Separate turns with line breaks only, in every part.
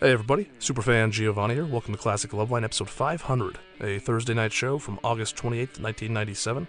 Hey everybody, Superfan Giovanni here. Welcome to Classic Loveline, episode 500, a Thursday night show from August 28th, 1997,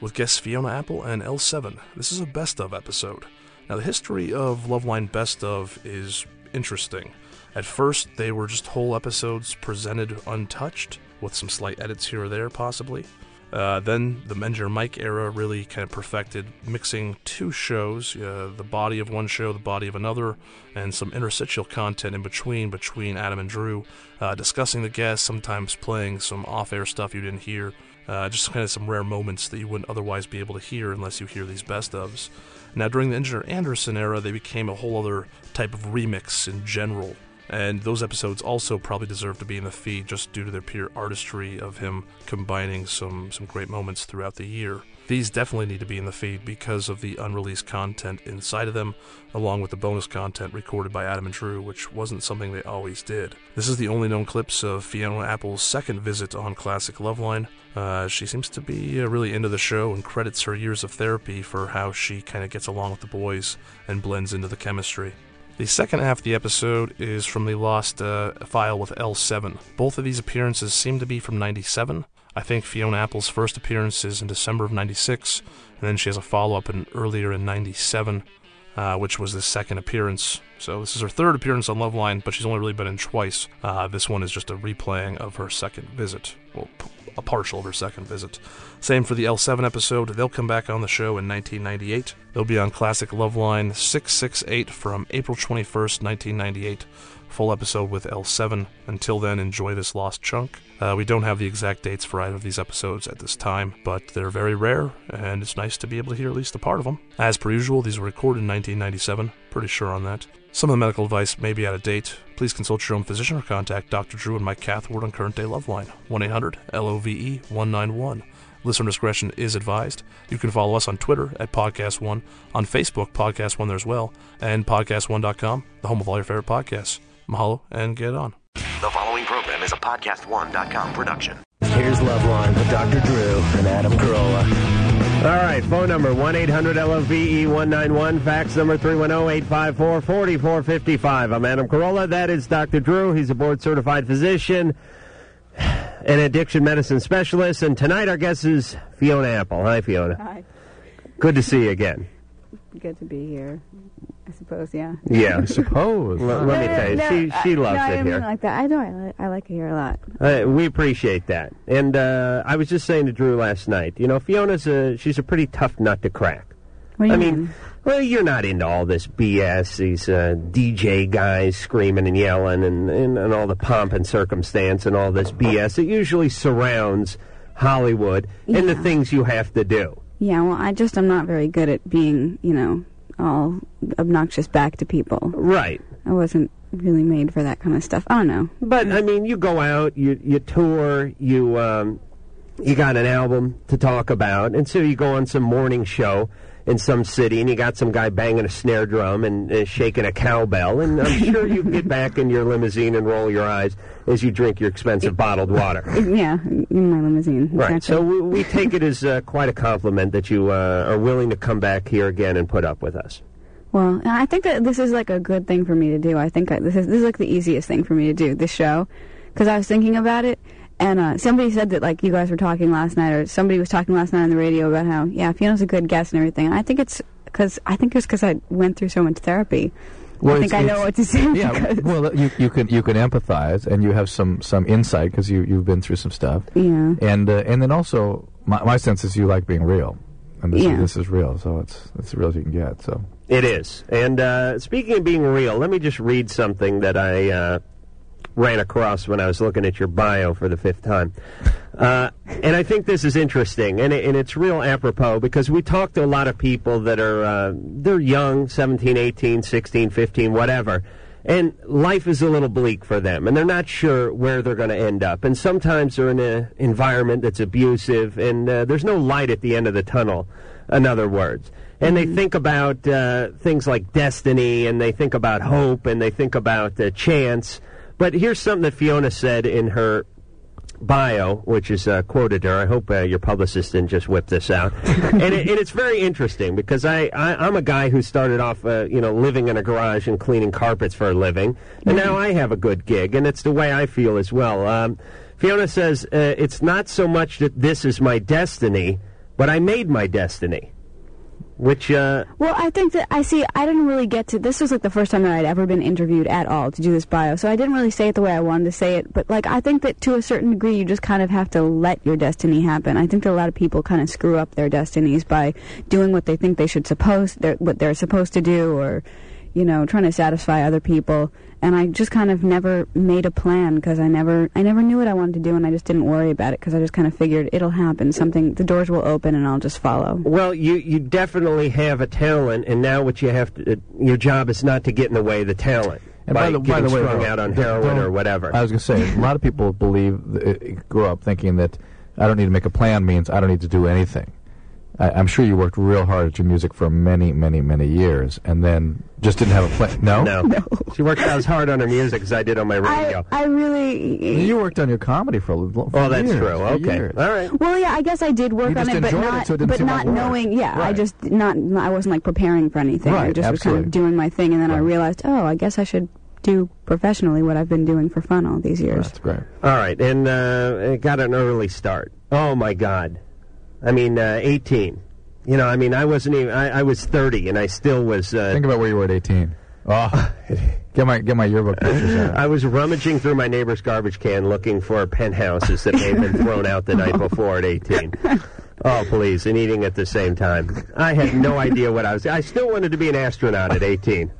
with guests Fiona Apple and L7. This is a best of episode. Now, the history of Loveline Best of is interesting. At first, they were just whole episodes presented untouched, with some slight edits here or there, possibly. Uh, then the Mend Your Mic era really kind of perfected mixing two shows, uh, the body of one show, the body of another, and some interstitial content in between, between Adam and Drew, uh, discussing the guests, sometimes playing some off air stuff you didn't hear, uh, just kind of some rare moments that you wouldn't otherwise be able to hear unless you hear these best ofs. Now, during the Engineer Anderson era, they became a whole other type of remix in general. And those episodes also probably deserve to be in the feed just due to their pure artistry of him combining some, some great moments throughout the year. These definitely need to be in the feed because of the unreleased content inside of them, along with the bonus content recorded by Adam and Drew, which wasn't something they always did. This is the only known clips of Fiona Apple's second visit on Classic Loveline. Uh, she seems to be uh, really into the show and credits her years of therapy for how she kind of gets along with the boys and blends into the chemistry. The second half of the episode is from the lost uh, file with L7. Both of these appearances seem to be from 97. I think Fiona Apple's first appearance is in December of 96, and then she has a follow up in earlier in 97, uh, which was the second appearance. So this is her third appearance on Loveline, but she's only really been in twice. Uh, this one is just a replaying of her second visit. Well, p- a partial of her second visit. Same for the L7 episode. They'll come back on the show in 1998. They'll be on Classic Loveline 668 from April 21st, 1998. Full episode with L7. Until then, enjoy this lost chunk. Uh, we don't have the exact dates for either of these episodes at this time, but they're very rare, and it's nice to be able to hear at least a part of them. As per usual, these were recorded in 1997. Pretty sure on that. Some of the medical advice may be out of date. Please consult your own physician or contact Dr. Drew and Mike Cathward on Current Day Loveline, 1 800 LOVE 191. Listener discretion is advised. You can follow us on Twitter at Podcast One, on Facebook, Podcast One there as well, and PodcastOne.com, the home of all your favorite podcasts. Mahalo and get on.
The following program is a podcast1.com production.
Here's Loveline with Dr. Drew and Adam Carolla. All right, phone number E 1-800-LOVE-191, fax number 310-854-4455. I'm Adam Carolla. That is Dr. Drew. He's a board-certified physician and addiction medicine specialist. And tonight our guest is Fiona Apple. Hi, Fiona.
Hi.
Good to see you again.
Good to be here. I suppose, yeah.
Yeah.
I suppose.
Let, let me tell you, she, she loves
no, I
it
didn't
here.
mean like that. I know I, li- I like it here a lot.
Uh, we appreciate that. And uh, I was just saying to Drew last night, you know, Fiona's a she's a pretty tough nut to crack.
What do
I
you
mean, well, you're not into all this BS, these uh, DJ guys screaming and yelling and, and, and all the pomp and circumstance and all this BS that usually surrounds Hollywood and the things you have to do.
yeah, well, I just I'm not very good at being, you know, all obnoxious back to people.
Right.
I wasn't really made for that kind of stuff. I don't know.
But I mean, you go out, you you tour, you um, you got an album to talk about, and so you go on some morning show in some city, and you got some guy banging a snare drum and uh, shaking a cowbell, and I'm sure you get back in your limousine and roll your eyes as you drink your expensive bottled water.
Yeah, in my limousine.
Right.
Exactly.
So we, we take it as uh, quite a compliment that you uh, are willing to come back here again and put up with us.
Well, I think that this is like a good thing for me to do. I think I, this is this is like the easiest thing for me to do this show, because I was thinking about it, and uh, somebody said that like you guys were talking last night, or somebody was talking last night on the radio about how yeah, Fiona's a good guest and everything. And I think it's because I think it's because I went through so much therapy.
Well,
I think I
it's-
know what to say.
Yeah,
because-
well, you, you can you can empathize, and you have some some insight because you you've been through some stuff,
yeah.
and uh, and then also my, my sense is you like being real, and this
Yeah.
is, this is real, so it's it's as real as you can get. So
It is. And uh, speaking of being real, let me just read something that I uh, ran across when I was looking at your bio for the fifth time. Uh, and I think this is interesting, and, it, and it's real apropos because we talk to a lot of people that are uh, they're young, 17, 18, 16, 15, whatever. And life is a little bleak for them, and they're not sure where they're going to end up. And sometimes they're in an environment that's abusive, and uh, there's no light at the end of the tunnel, in other words. And they think about uh, things like destiny, and they think about hope, and they think about uh, chance. But here's something that Fiona said in her bio, which is uh, quoted there. I hope uh, your publicist didn't just whip this out. and, it, and it's very interesting because I, I, I'm a guy who started off, uh, you know, living in a garage and cleaning carpets for a living. And now I have a good gig, and it's the way I feel as well. Um, Fiona says, uh, It's not so much that this is my destiny, but I made my destiny. Which, uh,
Well, I think that I see. I didn't really get to. This was like the first time that I'd ever been interviewed at all to do this bio, so I didn't really say it the way I wanted to say it. But like, I think that to a certain degree, you just kind of have to let your destiny happen. I think that a lot of people kind of screw up their destinies by doing what they think they should supposed they're, what they're supposed to do, or you know, trying to satisfy other people. And I just kind of never made a plan because I never I never knew what I wanted to do, and I just didn't worry about it because I just kind of figured it'll happen. Something the doors will open, and I'll just follow.
Well, you, you definitely have a talent, and now what you have to, uh, your job is not to get in the way of the talent.
And by, the, by
getting
the way,
strung
though,
out on heroin
don't-
or whatever.
I was going to say, a lot of people believe, th- grow up thinking that I don't need to make a plan means I don't need to do anything. I, I'm sure you worked real hard at your music for many, many, many years, and then just didn't have a plan. No,
no. She worked out as hard on her music as I did on my radio.
I, I really
You worked on your comedy for, a lo- for
oh, that's
years,
true.
for
Okay.
years.
All right.
Well, yeah, I guess I did work
You
on
just
it, but
enjoyed it,
not,
so it didn't
but
seem
not
like work.
knowing. Yeah, I
Right.
just not. I wasn't like preparing for anything. I
Right,
just was kind
absolutely.
of doing my thing, and then I
Right.
realized, oh, I guess I should do professionally what I've been doing for fun all these years.
That's great.
All right. And uh, it got an early start. Oh, my God. I mean, uh, 18. You know, I mean, I wasn't even, I, I was 30, and I still was, uh,
Think about where you were at 18. Oh, get my get my yearbook pictures out.
I was rummaging through my neighbor's garbage can looking for penthouses that may have been thrown out the night before at 18. Oh, please, and eating at the same time. I had no idea what I was. I still wanted to be an astronaut at 18.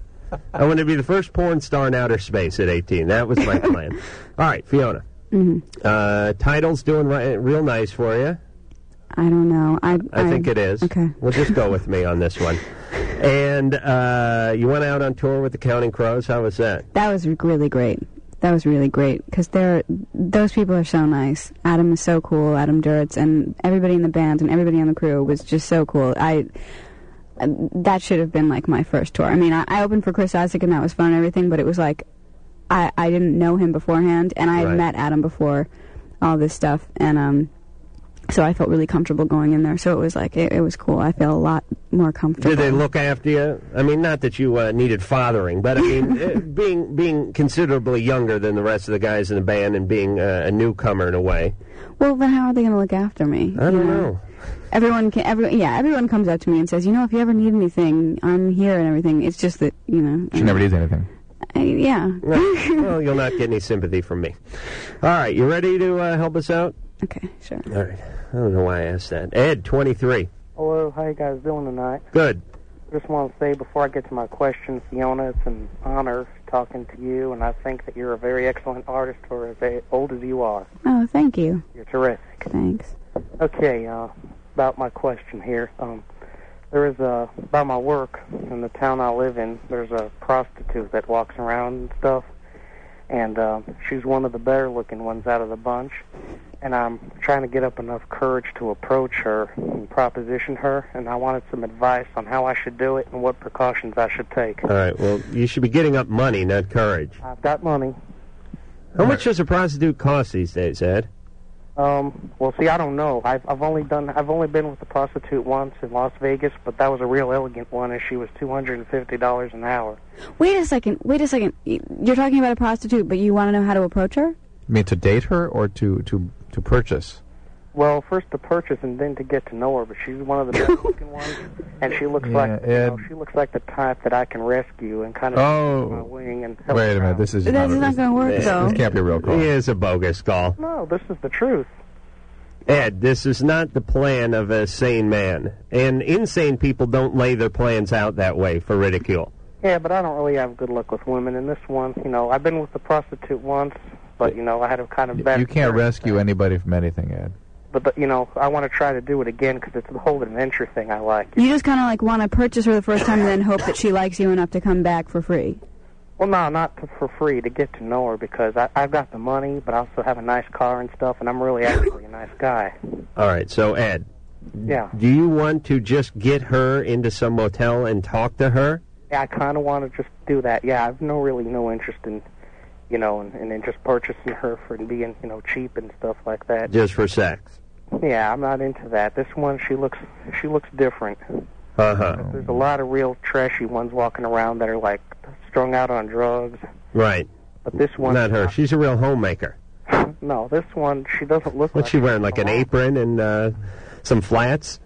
I wanted to be the first porn star in outer space at 18. That was my plan. All right, Fiona.
Mm-hmm.
Uh, title's doing ri- real nice for you.
I don't know. I
I think it is.
Okay.
Well, just go with me on this one. And uh, you went out on tour with the Counting Crows. How was that?
That was really great. That was really great because they're those people are so nice. Adam is so cool. Adam Duritz and everybody in the band and everybody on the crew was just so cool. I that should have been like my first tour. I mean, I, I opened for Chris Isaac and that was fun and everything, but it was like I I didn't know him beforehand and I had
Right.
met Adam before all this stuff and um so I felt really comfortable going in there. So it was like it, it was cool. I feel a lot more comfortable.
Did they
Um,
look after you? I mean, not that you uh, needed fathering, but I mean, uh, being being considerably younger than the rest of the guys in the band and being uh, a newcomer in a way.
Well, then how are they going to look after me?
I don't know.
Everyone can, every, yeah, everyone comes up to me and says, you know, if you ever need anything, I'm here and everything. It's just that, you know,
She never needs anything.
I- yeah.
well, you'll not get any sympathy from me. All right, you ready to uh, help us out?
Okay, sure.
All right. I don't know why I asked that. Ed, 23.
Hello, Oh, how you guys doing tonight?
Good.
Just want to say before I get to my question, Fiona, it's an honor talking to you, and I think that you're a very excellent artist for as a- old as you are.
Oh, thank you.
You're terrific.
Thanks.
Okay, uh, about my question here. Um, there is a by my work in the town I live in. There's a prostitute that walks around and stuff, and uh, she's one of the better looking ones out of the bunch. And I'm trying to get up enough courage to approach her and proposition her. And I wanted some advice on how I should do it and what precautions I should take.
All right, well, you should be getting up money, not courage.
I've got money.
How much does a prostitute cost these days, Ed?
Um, well, see, I don't know. I've I've only done I've only been with a prostitute once in Las Vegas, but that was a real elegant one, and she was two hundred and fifty dollars an hour.
Wait a second. Wait a second. Y- You're talking about a prostitute, but you want to know how to approach her?
I mean, to date her or to to to purchase.
Well, first to purchase and then to get to know her, but she's one of the best-looking ones, and she looks
Yeah,
like you know,
Ed.
she looks like the type that I can rescue and kind of
Oh.
my wing and help
Wait
her
a minute,
out.
this is
That's
not, a-
not going to work, though.
This can't be a real call.
He is a bogus call.
no, this is the truth.
Ed, this is not the plan of a sane man. And insane people don't lay their plans out that way for ridicule.
Yeah, but I don't really have good luck with women. And this one, you know, I've been with a prostitute once, but you know, I had a kind of bad.
You can't
experience.
rescue anybody from anything, Ed.
But, but you know, I want to try to do it again because it's the whole adventure thing I like.
You just kind of like want to purchase her the first time and then hope that she likes you enough to come back for free.
Well, no, not to, for free to get to know her because I, I've got the money, but I also have a nice car and stuff, and I'm really actually a nice guy.
All right, so Ed,
Yeah,
do you want to just get her into some motel and talk to her?
yeah I kind of want to just do that. Yeah, I've no really no interest in, you
you know, and, and then just purchasing her for being, you know, cheap and stuff like that.
just for sex.
Yeah, I'm not into that. This one, she looks, she looks different.
Uh huh.
There's a lot of real trashy ones walking around that are like strung out on drugs.
Right.
But this one,
Not her. She's a real homemaker.
no, this one, she doesn't look.
What's
like
she wearing? Like an
a lot.
apron and uh, some flats?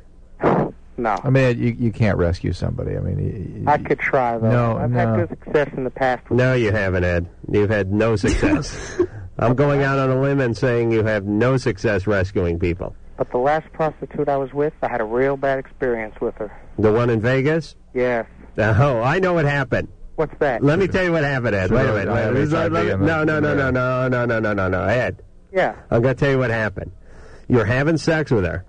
No,
I mean, you you can't rescue somebody. I mean, y- y-
I could try though.
No,
I've
no.
had good success in the past. With
No, you haven't, Ed. You've had no success. I'm going out on a limb and saying you have no success rescuing people.
But the last prostitute I was with, I had a real bad experience with her.
The one in Vegas?
Yes.
Oh, I know what happened.
What's that?
Let me tell you what happened, Ed. Wait a minute. Wait a minute. Let me- No, no, no, no, no, no, no, no, no, no. Ed,
yeah.
I'm going to tell you what happened. You're having sex with her.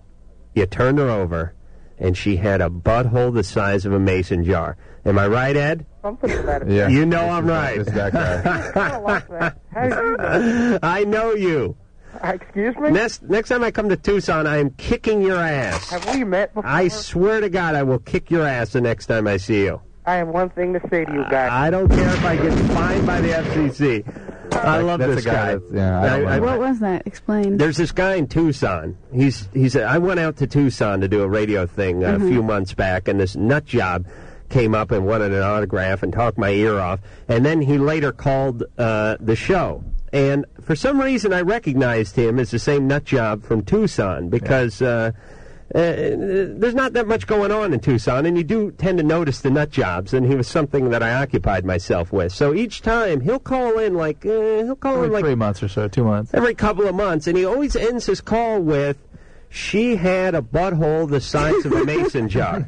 You turned her over, and she had a butthole the size of a mason jar. Am I right, Ed?
Something about it.
Yeah.
You know
This
I'm
is-
right.
This is that guy.
I don't like that. How do you know?
I know you.
Uh, Excuse me?
Next, next time I come to Tucson, I am kicking your ass.
Have we met before?
I swear to God, I will kick your ass the next time I see you.
I have one thing to say to you guys.
I don't care if I get fined by the FCC. I love
that's
this
a guy
guy.
that's- yeah, I don't like
What was that? Explain.
there's this guy in Tucson. He's he's. I went out to Tucson to do a radio thing uh, a few months back, and this nut job came up and wanted an autograph and talked my ear off. And then he later called uh, the show, and for some reason I recognized him as the same nut job from Tucson because. Uh, uh, there's not that much going on in Tucson, and you do tend to notice the nut jobs. And he was something that I occupied myself with. So each time he'll call in, like uh, he'll call in like
Three months or so, two months.
every couple of months, and he always ends his call with, "She had a butthole the size of a mason jar."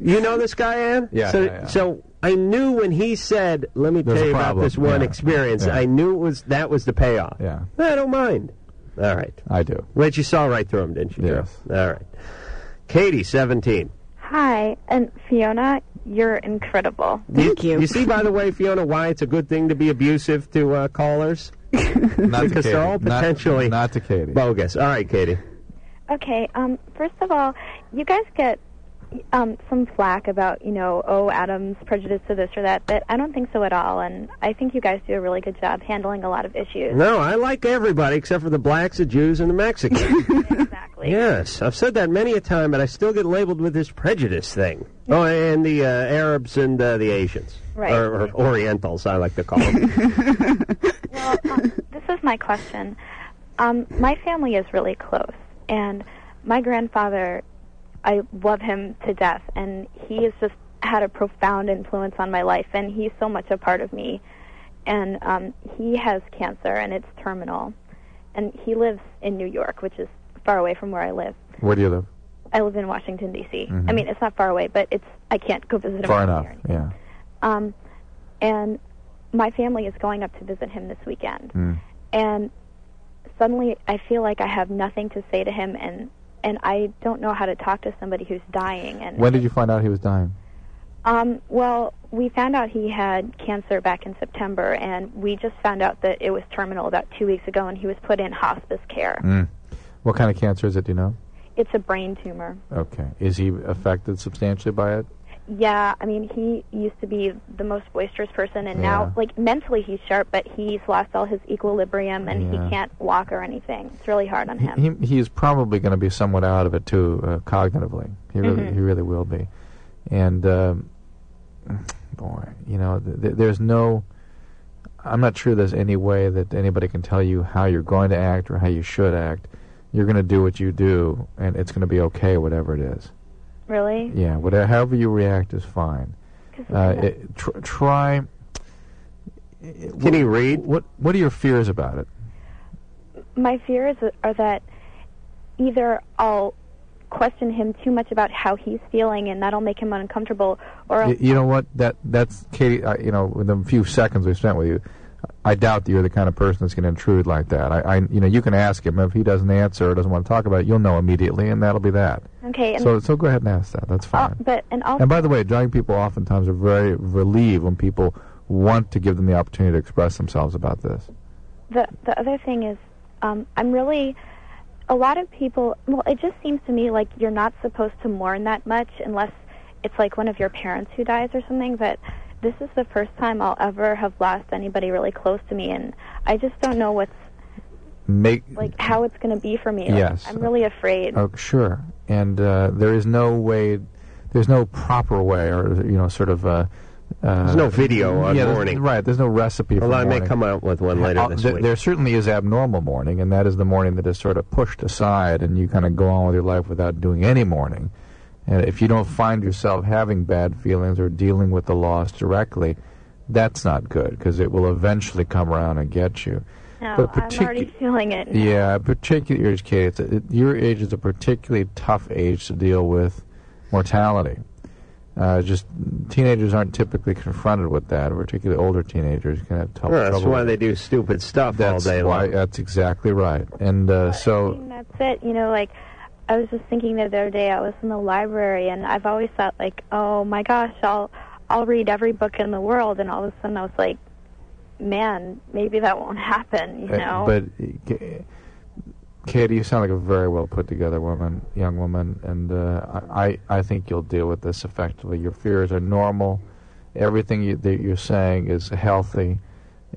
you know this guy, Ann?
Yeah,
So,
yeah, yeah.
so I knew when he said, "Let me
There's
tell
a
you about
problem.
this one
Yeah,
experience,"
yeah.
I knew it was that was the payoff.
Yeah.
I don't mind. All right,
I do.
but you saw right through him, didn't you? Drew?
Yes.
All right, Katie, seventeen.
Hi, and Fiona, you're incredible.
Thank you.
You see, by the way, Fiona, why it's a good thing to be abusive to uh, callers.
Not to
Because they're
Katie.
all
Not-
potentially-
not, to Katie.
Bogus. All right, Katie.
Okay, um, first of all, you guys get um, some flack about, you know, oh, Adam's prejudice to this or that, but I don't think so at all, and I think you guys do a really good job handling a lot of issues.
No, I like everybody except for the blacks, the Jews, and the Mexicans.
Exactly.
Yes, I've said that many a time, but I still get labeled with this prejudice thing. Oh, and the uh, Arabs and uh, the Asians,
Right.
or, or Orientals, I like to call them.
Well, um, this is my question. Um, my family is really close, and my grandfather, I love him to death, and he has just had a profound influence on my life, and he's so much a part of me. And um, he has cancer, and it's terminal, and he lives in New York, which is far away from where I live.
Where do you live?
I live in Washington D.C. I mean, it's not far away, but it's I can't go visit him
Mm-hmm. Far
every
enough.
year.
Yeah.
Um, and my family is going up to visit him this weekend. And suddenly I feel like I have nothing to say to him and and I don't know how to talk to somebody who's dying and
When did you find out he was dying?
um well we found out he had cancer back in September and we just found out that it was terminal about 2 weeks ago and he was put in hospice care.
Hmm.
Hmm.
What kind of cancer is it? Do you know?
It's a brain tumor.
Okay. Is he affected substantially by it?
Yeah, I mean, he used to be the most boisterous person, and
Yeah.
now, like, mentally he's sharp, but he's lost all his equilibrium, and
Yeah.
he can't walk or anything. It's really hard on him.
He, he is probably going to be somewhat out of it too, uh, cognitively. He really, he really will be. And um, boy, you know, th- th- there's no. I'm not sure there's any way that anybody can tell you how you're going to act or how you should act. You're going to do what you do, and it's going to be okay, whatever it is.
really?
Yeah, whatever, however you react is fine.
'Cause
Uh,
it's-
it, tr- try.
Can he read?
What What are your fears about it?
my fears are that either I'll question him too much about how he's feeling, and that'll make him uncomfortable, or I'll
Y- you know what? That that's Katie. I, you know, with the few seconds we spent with you, I doubt that you're the kind of person that's going to intrude like that. I, I, you know, you can ask him if he doesn't answer or doesn't want to talk about it. You'll know immediately, and that'll be that.
okay, and
So so go ahead and ask that. That's
uh,
fine.
but and also
and by the way, driving people oftentimes are very relieved when people want to give them the opportunity to express themselves about this.
the the other thing is um i'm really a lot of people well it just seems to me like you're not supposed to mourn that much unless it's like one of your parents who dies or something but this is the first time I'll ever have lost anybody really close to me, and I just don't know what's
Make
like how it's going to be for me. Like,
Yes.
I'm really afraid.
Oh, sure. And uh, there is no way, there's no proper way, or you know, sort of. Uh, uh,
There's no video on
yeah, there's-
morning.
right? There's no recipe. for
Although I may
mourning.
come out with one later
Uh,
this
th-
week.
There certainly is abnormal mourning, and that is the mourning that is sort of pushed aside, and you kind of go on with your life without doing any mourning. And if you don't find yourself having bad feelings or dealing with the loss directly, that's not good because it will eventually come around and get you.
No,
but
I'm already
particu-
feeling it. now.
Yeah, particularly your age, Katie. It's a, it- your age is a particularly tough age to deal with mortality. Uh, just teenagers aren't typically confronted with that. Particularly older teenagers can have tough
Yeah,
trouble.
that's why
with it.
they do stupid stuff
That's
all day
why.
long.
That's exactly right. And uh,
I
so,
mean, that's it. You know, like I was just thinking the other day. I was in the library, and I've always thought like, oh my gosh, I'll I'll read every book in the world, and all of a sudden I was like, man, maybe that won't happen. You know.
uh, but uh, Katie, you sound like a very well put together woman, young woman, and uh, I I I think you'll deal with this effectively. Your fears are normal. Everything you, that you're saying is healthy,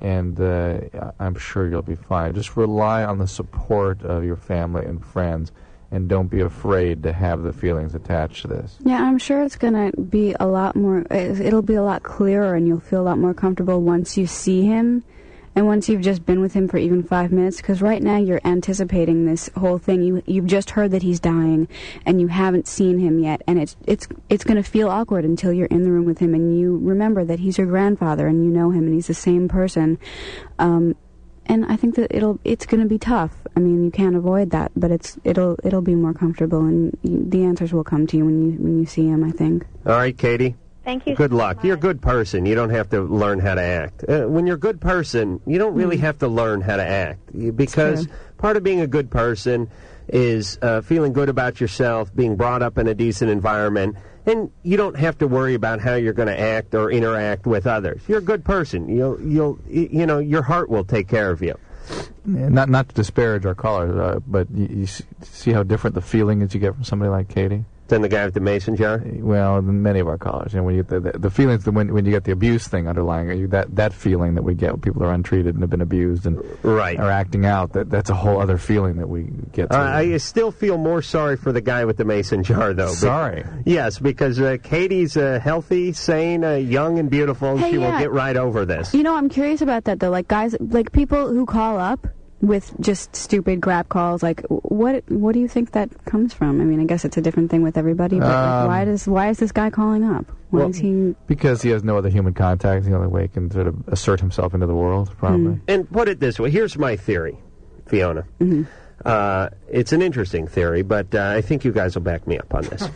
and uh, I- I'm sure you'll be fine. Just rely on the support of your family and friends, and don't be afraid to have the feelings attached to this.
Yeah, I'm sure it's gonna be a lot more. it- It'll be a lot clearer, and you'll feel a lot more comfortable once you see him, and once you've just been with him for even five minutes. Because right now you're anticipating this whole thing. You you've just heard that he's dying, and you haven't seen him yet, and it's it's it's gonna feel awkward until you're in the room with him and you remember that he's your grandfather and you know him and he's the same person. Um, and I think that it'll it's going to be tough. I mean, you can't avoid that, but it's it'll it'll be more comfortable, and y the answers will come to you when you when you see him. I think.
All right, Katie.
Thank you.
Good
so
luck. You're a
much.
good person. You don't have to learn how to act. Uh, when you're a good person, you don't
Hmm.
really have to learn how to act You- because
true.
part of being a good person is uh, feeling good about yourself, being brought up in a decent environment, and you don't have to worry about how you're going to act or interact with others. You're a good person. You'll, you'll, y- you know, your heart will take care of you.
Not not to disparage our callers, uh, but you, you s- see how different the feeling is you get from somebody like Katie. Eh,
Then the guy with the mason jar.
well, than many of our callers. You know, when you get the, the, the feelings that when when you get the abuse thing underlying it, you, that that feeling that we get when people are untreated and have been abused and
Right.
are acting out. That that's a whole other feeling that we get. To.
Uh, I still feel more sorry for the guy with the mason jar, though. be-
Sorry.
Yes, because uh, Katie's uh, healthy, sane, uh, young, and beautiful, and
Hey,
she will
yeah.
get right over this.
You know, I'm curious about that though. Like guys, like people who call up with just stupid grab calls. Like, what what do you think that comes from? I mean, I guess it's a different thing with everybody. But
Um,
like, why does why is this guy calling up? Why
Well-
is he?
because he has no other human contact. The only way he can sort of assert himself into the world, probably.
And put it this way here's my theory, Fiona.
Mm-hmm.
Uh, it's an interesting theory, but uh, I think you guys will back me up on this.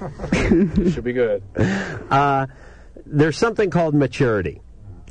Should be good.
Uh, There's something called maturity.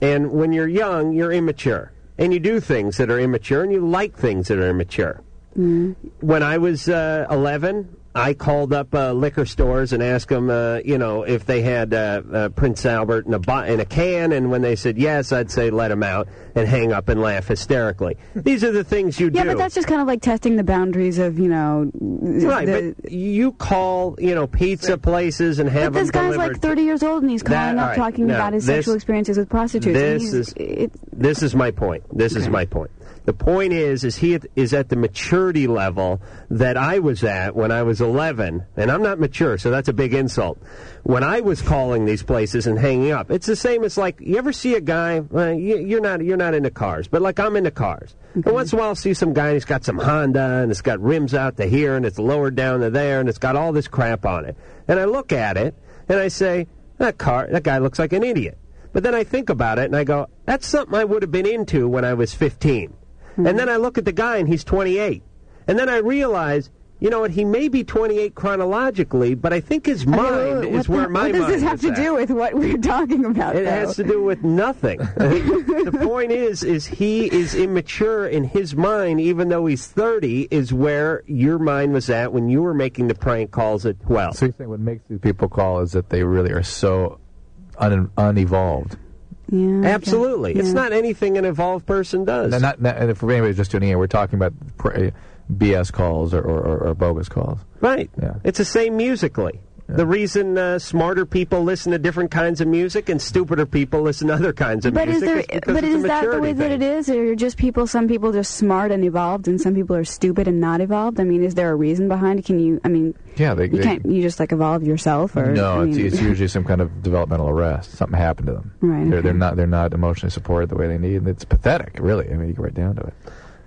And when you're young, you're immature. And you do things that are immature, and you like things that are immature.
Mm-hmm.
when I was uh, 11, I called up uh, liquor stores and asked them, uh, you know, if they had uh, uh, Prince Albert in a, bo- in a can. And when they said yes, I'd say let him out and hang up and laugh hysterically. These are the things you
Yeah,
do.
but that's just kind of like testing the boundaries of you know.
right.
the-
but you call, you know, pizza places and have
But this
them
guy's
delivered.
like 30 years old and he's calling
That-
up
all right,
talking
no,
about his
this-
sexual experiences with prostitutes. and
this
he's-
is-
it-
This is my point. This is my point. The point is, is he at, is at the maturity level that I was at when I was 11, and I'm not mature, so that's a big insult. When I was calling these places and hanging up, it's the same as like you ever see a guy. Uh, you, you're not you're not into cars, but like I'm into cars. And once in a while, I'll see some guy and he's got some Honda and it's got rims out to here and it's lowered down to there and it's got all this crap on it. And I look at it and I say, that car, that guy looks like an idiot. But then I think about it and I go, that's something I would have been into when I was 15.
Hmm.
And then I look at the guy and he's 28. And then I realize, you know what, he may be 28 chronologically, but I think his
Okay,
mind
wait, wait,
is
what
where
the-
my
What does
mind
this have
is
to
at.
do with what we're talking about?
It
though?
has to do with nothing. the point is, is he is immature in his mind, even though he's 30, is where your mind was at when you were making the prank calls at 12.
So you think what makes these people call is that they really are so un- unevolved.
Yeah, okay.
Absolutely. It's
Yeah.
not anything an evolved person does.
No, not, not, and if anybody's just tuning in, we're talking about pr- BS calls or, or, or, or bogus calls.
Right.
Yeah.
It's the same musically. The reason uh, smarter people listen to different kinds of music and stupider people listen to other kinds of
But is
music
there?
is because it's
but
a
is that the
maturity
way that
thing.
it is, or are just people? Some people just smart and evolved, and some people are stupid and not evolved. I mean, is there a reason behind? it? Can you? I mean,
Yeah, they,
you
they-
can't. You just like evolve yourself, or
no,
I mean,
it's, it's usually some kind of developmental arrest. Something happened to them.
Right,
They're,
okay.
they're not they're not emotionally supported the way they need. It's pathetic, really. I mean, you get right down to it.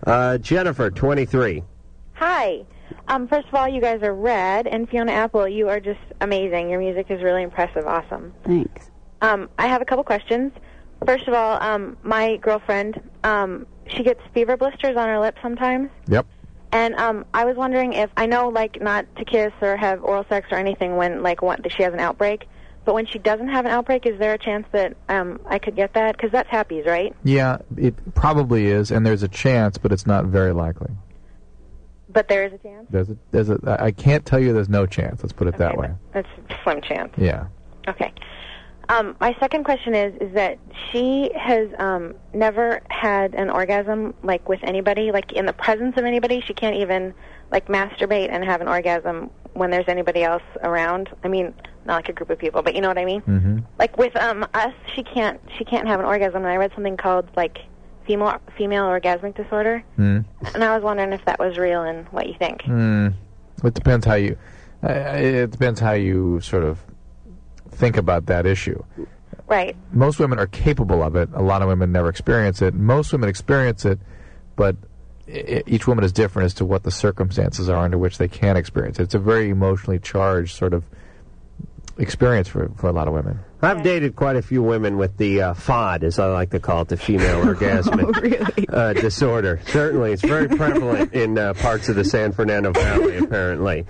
Uh, Jennifer, 23.
Hi. Um, first of all, you guys are rad, and Fiona Apple, you are just amazing. Your music is really impressive, awesome.
thanks.
Um, I have a couple questions. First of all, um, my girlfriend, um, she gets fever blisters on her lips sometimes.
Yep.
And um, I was wondering if I know, like, not to kiss or have oral sex or anything when, like, one, she has an outbreak. But when she doesn't have an outbreak, is there a chance that um, I could get that? Because that's happy's, right?
Yeah, it probably is, and there's a chance, but it's not very likely.
But there is a chance.
There's a there's a I I can't tell you there's no chance. Let's put it that way.
That's a slim chance.
Yeah.
Okay. Um, my second question is is that she has um, never had an orgasm like with anybody, like in the presence of anybody. She can't even like masturbate and have an orgasm when there's anybody else around. I mean, not like a group of people, but you know what I mean.
Mm-hmm.
Like with um, us, she can't she can't have an orgasm. And I read something called like female female orgasmic disorder,
Mm.
and I was wondering if that was real and what you think.
Hmm. It depends how you. Uh, it depends how you sort of think about that issue.
Right.
Most women are capable of it. A lot of women never experience it. Most women experience it, but i- i each woman is different as to what the circumstances are under which they can experience it. It's a very emotionally charged sort of experience for, for a lot of women.
I've dated quite a few women with the uh, FOD, as I like to call it, the female orgasmic
really?
uh, disorder. Certainly, it's very prevalent in uh, parts of the San Fernando Valley. Apparently,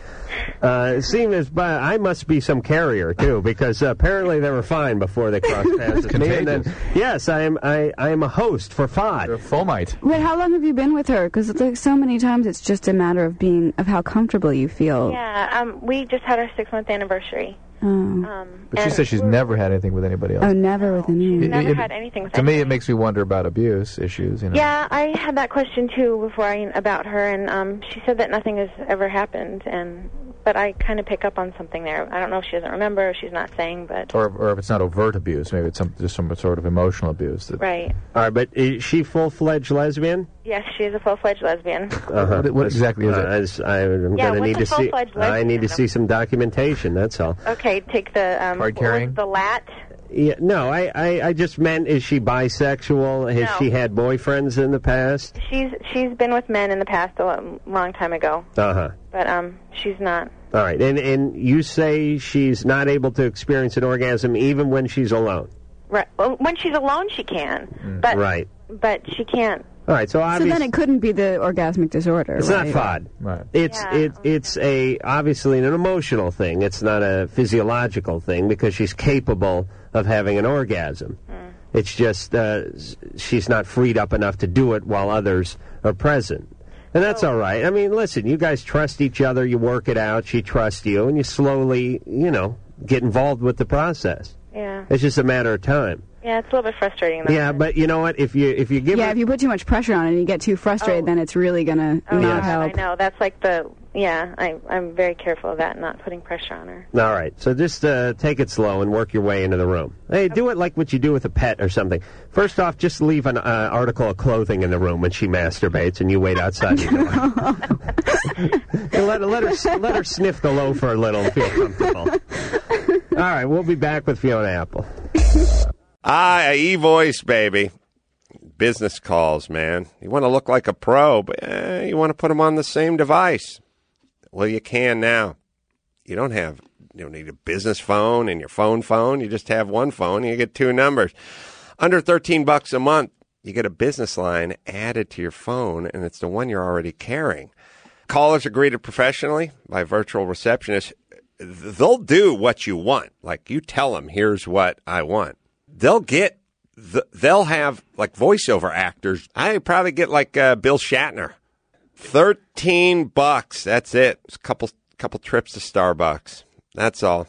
uh, it seems as by I must be some carrier too, because uh, apparently they were fine before they crossed paths with me. And then, yes, I am. I, I am a host for FOD.
Fomite.
But how long have you been with her? Because like so many times, it's just a matter of being of how comfortable you feel.
Yeah. Um, we just had our six month anniversary.
Oh,
Um,
But she
and
says she's
we're-
never had anything with anybody else.
oh never with anyone.
It-
never
it-
had anything with
To me, it
anybody.
makes me wonder about abuse issues. You know?
Yeah, I had that question too before I, about her, and um, she said that nothing has ever happened, and but I kind of pick up on something there. I don't know if she doesn't remember, or she's not saying, but
Or, or if it's not overt abuse, maybe it's some, just some sort of emotional abuse. That,
right.
All right, but
eh,
is she full fledged lesbian?
Yes, she is a full-fledged lesbian.
Uh-huh.
What- what exactly is
Uh,
it?
as I, am
Yeah,
going to
what's
need
a
to see.
full-fledged
I need to
lesbian?
see some documentation. That's all.
Okay, take the um,
Card
what was
carrying?
the lat.
Yeah, no, I, I, I just meant is she bisexual? Has
No.
she had boyfriends in the past?
She's she's been with men in the past a lo- long time ago,
Uh huh.
but um, she's not.
All right, and and you say she's not able to experience an orgasm even when she's alone.
Right. Well, when she's alone, she can, but
Mm, Right.
but she can't.
All right, so
So
obviously
then it couldn't be the orgasmic disorder.
it's
right?
not FOD.
Right.
It's
Yeah.
it it's a obviously an emotional thing. It's not a physiological thing because she's capable of having an orgasm.
Hmm.
It's just uh, s- she's not freed up enough to do it while others are present. And
Oh.
that's all right. I mean, listen, you guys trust each other, you work it out, she trusts you, and you slowly, you know, get involved with the process.
Yeah.
It's just a matter of time.
Yeah, it's a little bit frustrating. Though.
Yeah, but you know what? If you if you give
Yeah,
her-
if you put too much pressure on it and you get too frustrated,
Oh.
then it's really gonna
Oh,
not
God,
help.
I know. That's like the yeah. I I'm very careful of that, not putting pressure on her.
All right. So just uh, take it slow and work your way into the room. Hey, do it like what you do with a pet or something. First off, just leave an uh, article of clothing in the room when she masturbates, and you wait outside. your door. And let, her- let her let her sniff the loaf for a little and feel comfortable. All right, we'll be back with Fiona Apple.
Ah, e voice, baby. Business calls, man. You want to look like a pro, but eh, you want to put them on the same device. Well, you can now. You don't have, you don't need a business phone and your phone phone. You just have one phone and you get two numbers. Under 13 bucks a month, you get a business line added to your phone and it's the one you're already carrying. Callers are greeted professionally by virtual receptionists. They'll do what you want. Like you tell them, here's what I want. They'll get, the, they'll have like voiceover actors. I probably get like uh, Bill Shatner. 13 bucks. That's it. It's a couple, couple trips to Starbucks. That's all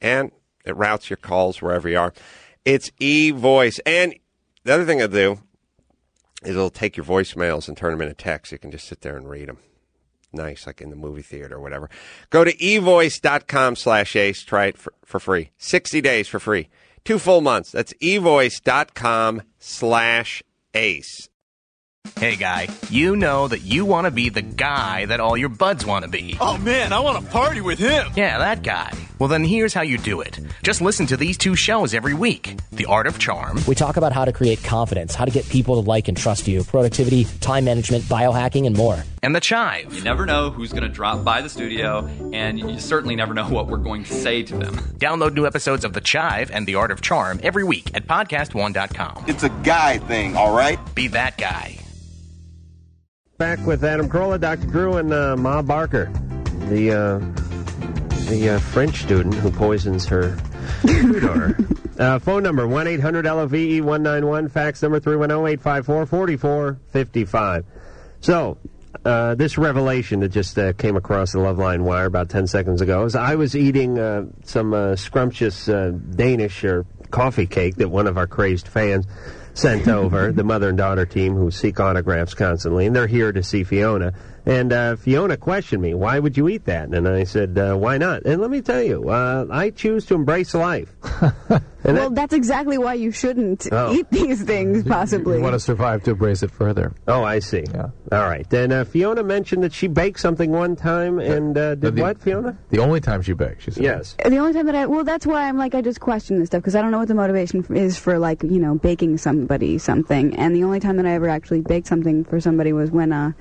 and it routes your calls wherever you are. It's e-voice. And the other thing I do is it'll take your voicemails and turn them into text. You can just sit there and read them.
nice, like in the movie theater or whatever. Go to evoice.com slash ace. Try it for, for free. 60 days for free. Two full months. That's evoice.com slash ace.
Hey, guy, you know that you want to be the guy that all your buds want to be.
Oh man, I want to party with him.
Yeah, that guy. Well, then here's how you do it. Just listen to these two shows every week The Art of Charm.
We talk about how to create confidence, how to get people to like and trust you, productivity, time management, biohacking, and more.
and the chive.
You never know who's going to drop by the studio, and you certainly never know what we're going to say to them.
Download new episodes of The Chive and The Art of Charm every week at podcast1.com.
It's a guy thing, all right?
Be that guy.
Back with Adam Carolla, Dr. Drew, and uh, Ma Barker, the uh, the uh, French student who poisons her tutor. uh, phone number 1 800 LOVE 191, fax number 310 854 4455. So, uh, this revelation that just uh, came across the Loveline wire about 10 seconds ago is I was eating uh, some uh, scrumptious uh, Danish or coffee cake that one of our crazed fans sent over, the mother and daughter team who seek autographs constantly, and they're here to see Fiona. And uh, Fiona questioned me, why would you eat that? And I said, uh, why not? And let me tell you, uh, I choose to embrace life.
well, that's exactly why you shouldn't
Oh.
eat these things, possibly.
You want to survive to embrace it further.
Oh, I see. All right. Then uh, Fiona mentioned that she baked something one time and uh, did
the-
what, Fiona?
The only time she baked, she said.
Yes.
The only time that I well, that's why I'm like I just question this stuff because I don't know what the motivation f- is for like you know baking somebody something. And the only time that I ever actually baked something for somebody was when uh,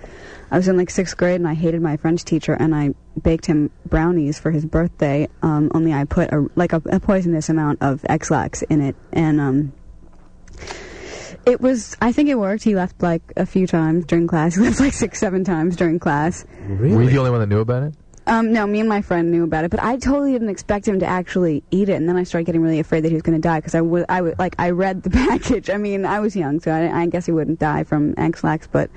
I was in like sixth grade and I hated my French teacher and I baked him brownies for his birthday. Um, only I put a like a, a poisonous amount of X-Lax in it and um. It was. I think it worked. He left like a few times during class. He left like six, seven times during class.
Were you the only one that knew about it?
Um, no, me and my friend knew about it, but I totally didn't expect him to actually eat it. And then I started getting really afraid that he was going to die because I was, I wa- like, I read the package. I mean, I was young, so I, didn't- I guess he wouldn't die from X-Lax, but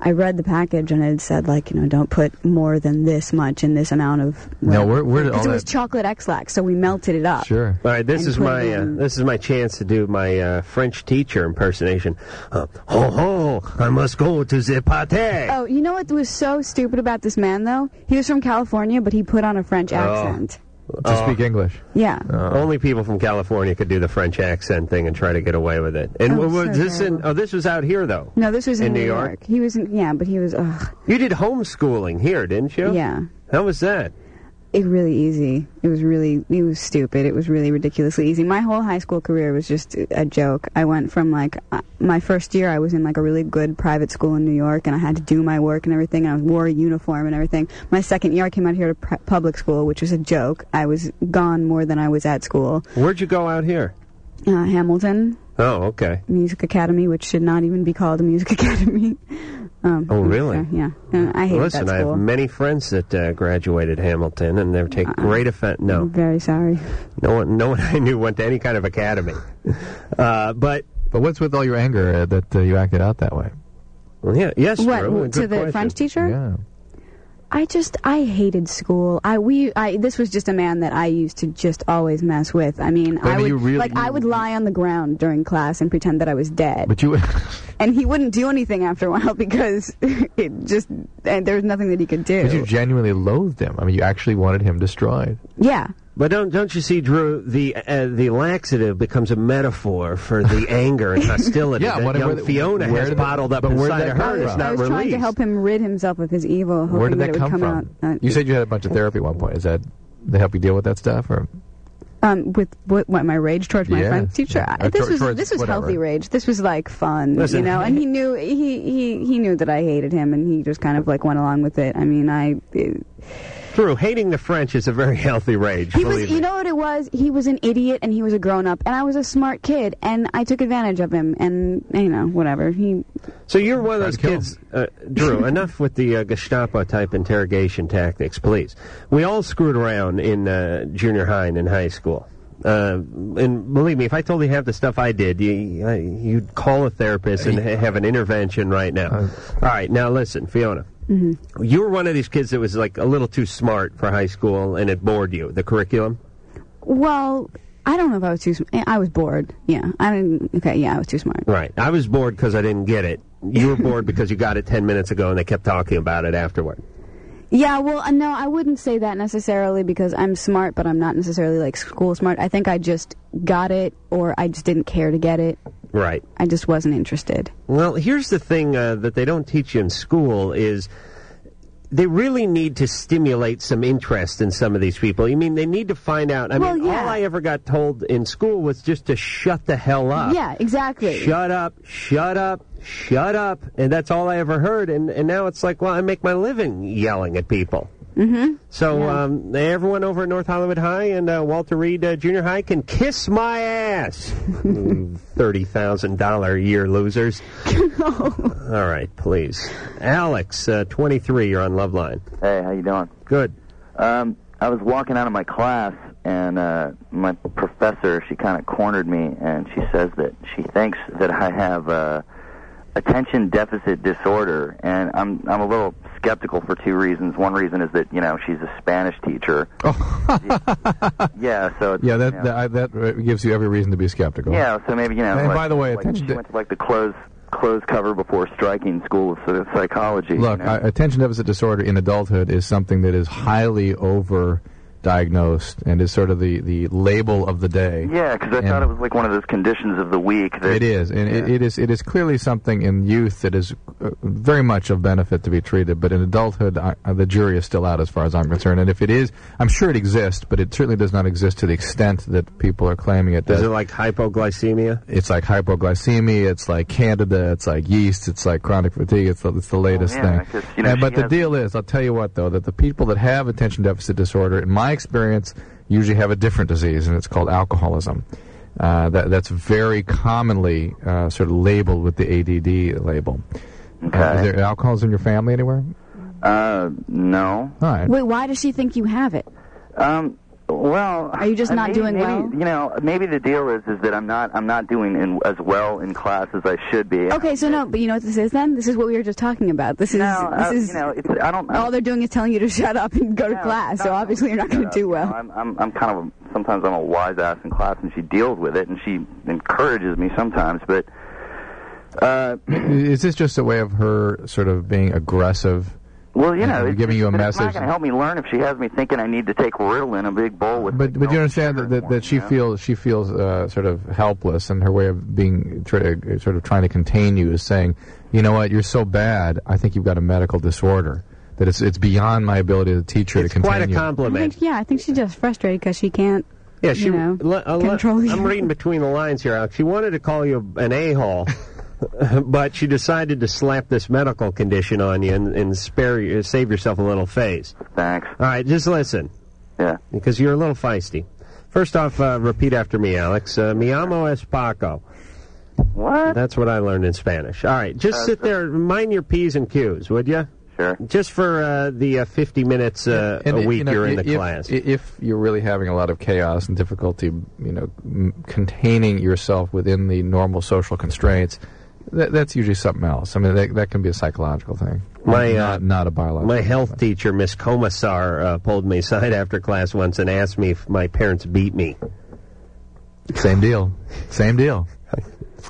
I read the package and it said like, you know, don't put more than this much in this amount of.
No, where, where did all
Because it was
that...
chocolate X-Lax, so we melted it up.
Sure.
All right, this
And
is
put it
my uh,
in.
this is my chance to do my uh, French teacher impersonation. Uh, ho ho! I must go to the party.
Oh, you know what was so stupid about this man though? He was from California, but he put on a
Oh.
French accent.
To speak English.
Yeah.
Oh. Only people from California could do the French accent thing and try to get away with it. And
Oh,
w- was
so
this in? Oh, this was out here though.
No, this was in,
in New
York.
York.
He was in, yeah, but he was, ugh.
You did homeschooling here, didn't you?
Yeah.
How was that?
it really easy. It was really it was stupid. It was really ridiculously easy. My whole high school career was just a joke. I went from like uh, my first year I was in like a really good private school in New York and I had to do my work and everything. And I wore a uniform and everything. My second year I came out here to pr- public school, which was a joke. I was gone more than I was at school.
Where'd you go out here?
Uh, Hamilton
Oh, okay.
Music Academy, which should not even be called a music academy. Um,
Oh, really?
yeah, Uh, I hate
Listen,
that
I
school. Uh-uh.
have many friends that uh, graduated Hamilton, and they take great offense. No,
I'm very sorry.
No one, no one I knew went to any kind of academy. Uh, but
but what's with all your anger uh, that uh, you acted out that way?
Well, yeah, yes,
What to the French teacher?
Yeah.
I just I hated school. I we I this was just a man that I used to just always mess with. I mean,
I
I
mean,
would
you really-
like I would lie on the ground during class and pretend that I was dead.
But you...
and he wouldn't do anything after a while because it just and there was nothing that he could do.
But you genuinely loathed him. I mean, you actually wanted him destroyed.
yeah.
But don't don't you see, Drew? The uh, the laxative becomes a metaphor for the anger and hostility
Yeah,
that
what-
young
where the-
Fiona
where
has
did-
bottled up
but where did
inside
that
of
come
her. and
from?
It's
I
not
was trying
released.
to help him rid himself of his evil, hoping
Where did that,
it would
come,
come,
from?
out. Uh,
you said you had a bunch of therapy at one point. Is that they help you deal with that stuff, or
um, with what, what my rage towards my
Yeah,
French teacher.
yeah.
I-
Or
this
tor-
was
towards
this was
whatever.
healthy rage. This was like fun,
Listen.
you know. And he knew he, he he knew that I hated him, and he just kind of like went along with it. I mean, I. It,
Drew, hating the French is a very healthy rage.
he
believe
was, you know what it was? He was an idiot and he was a grown up, and I was a smart kid, and I took advantage of him, and, you know, whatever. He
me. So you're one of those kids, uh, Drew. enough with the uh, Gestapo type interrogation tactics, please. We all screwed around in uh, junior high and in high school. Uh, and believe me, if I told you half the stuff I did, you, uh, you'd call a therapist and ha- have an intervention right now. All right, now listen, Fiona. You were one of these kids that was like a little too smart for high school, and it bored you. The curriculum.
well, I don't know if I was too. sm- I was bored. Yeah, I didn't. Okay, yeah, I was too smart.
Right. I was bored because I didn't get it. You were bored because you got it ten minutes ago, and they kept talking about it afterward.
Yeah, well, uh, no, I wouldn't say that necessarily because I'm smart, but I'm not necessarily like school smart. I think I just got it, or I just didn't care to get it.
Right.
I just wasn't interested.
Well, here's the thing uh, that they don't teach you in school is they really need to stimulate some interest in some of these people. You mean they need to find out? I
Well,
mean,
yeah.
all I ever got told in school was just to shut the hell up.
yeah, exactly.
Uh, Shut up, shut up, shut up. And that's all I ever heard. And, and now it's like, well, I make my living yelling at people.
Mm-hmm.
So um, everyone over at North Hollywood High and uh, Walter Reed uh, Junior High can kiss my ass. Thirty thousand dollar a year losers. All right, please, Alex, uh, twenty three. You're on Love Line.
Hey, how you doing?
Good.
Um, I was walking out of my class, and uh, my professor she kind of cornered me, and she says that she thinks that I have uh, attention deficit disorder, and I'm I'm a little skeptical for two reasons. One reason is that you know she's a Spanish teacher. yeah, so it's,
Oh. Yeah, that
you know,
that, I, that uh, gives you every reason to be skeptical.
yeah, so maybe you know.
And
like-
by the way,
like
attention
she went to like the close close cover before striking school of Psy- psychology. you
Look,
know?
uh, attention deficit disorder in adulthood is something that is highly over diagnosed and is sort of the, the label of the day.
Yeah, because I
And-
thought it was like one of those conditions of the week. That,
It is, and it, it is. It is clearly something in youth that is uh, very much of benefit to be treated. But in adulthood, I, uh, the jury is still out, as far as I'm concerned. And if it is, I'm sure it exists, but it certainly does not exist to the extent that people are claiming it does.
Is it like hypoglycemia?
It's like hypoglycemia. It's like candida. It's like yeast. It's like chronic fatigue. It's the, it's the latest
Oh, yeah,
thing.
'cause, you know,
And-
she
but the
has-
deal is, I'll tell you what though, that the people that have attention deficit disorder, in my experience, usually have a different disease, and it's called alcoholism. Uh, that, that's very commonly uh, sort of labeled with the ADD label. Okay. is there alcoholism in your family anywhere?
Uh, no.
All right.
Wait, why does she think you have it?
Um, well,
Are you just
uh,
not
maybe-
doing
maybe,
well?
You know, maybe the deal is is that I'm not I'm not doing in, as well in class as I should be.
Okay, so no, but you know what this is then? This is what we were just talking about. This is
No,
this
uh,
is
you know, it's, I don't.
all they're doing is telling you to shut up and go to class. So obviously you're not going to do well.
uh, I'm, I'm I'm kind of a, sometimes I'm a wise ass in class, and she deals with it, and she encourages me sometimes, but. Uh,
Is this just a way of her sort of being aggressive?
well, you
and-
know,
and
it's-
giving you a
but It's
message.
not going to help me learn if she has me thinking I need to take Ritalin, a big bowl with
But but you understand that, that, that she feels she feels uh, sort of helpless, and her way of being tr- uh, sort of trying to contain you is saying, you know what, you're so bad. I think you've got a medical disorder that it's it's beyond my ability as a teacher to contain you.
I think, yeah, I think she's just frustrated because she can't.
Yeah, she.
You know,
le- uh, le-
control you.
I'm reading between the lines here, Alex. She wanted to call you an a hole, but she decided to slap this medical condition on you and, and spare you, save yourself a little phase.
Thanks.
All right, just listen.
Yeah.
Because you're a little feisty. First off, uh, repeat after me, Alex. Uh, mi amo es Paco.
What?
That's what I learned in Spanish. All right, just
Uh,
sit there, mind your p's and q's, would you?
Sure.
Just for uh, the uh, 50 minutes uh,
And,
a
you
week
know,
you're in
i-
the
if-
class.
i- If you're really having a lot of chaos and difficulty, you know, m- containing yourself within the normal social constraints, that, that's usually something else. I mean, that, that can be a psychological thing,
My, uh,
not not a biological.
My health teacher, Miss Komisar, uh, pulled me aside after class once and asked me if my parents beat me.
Same deal. Same deal.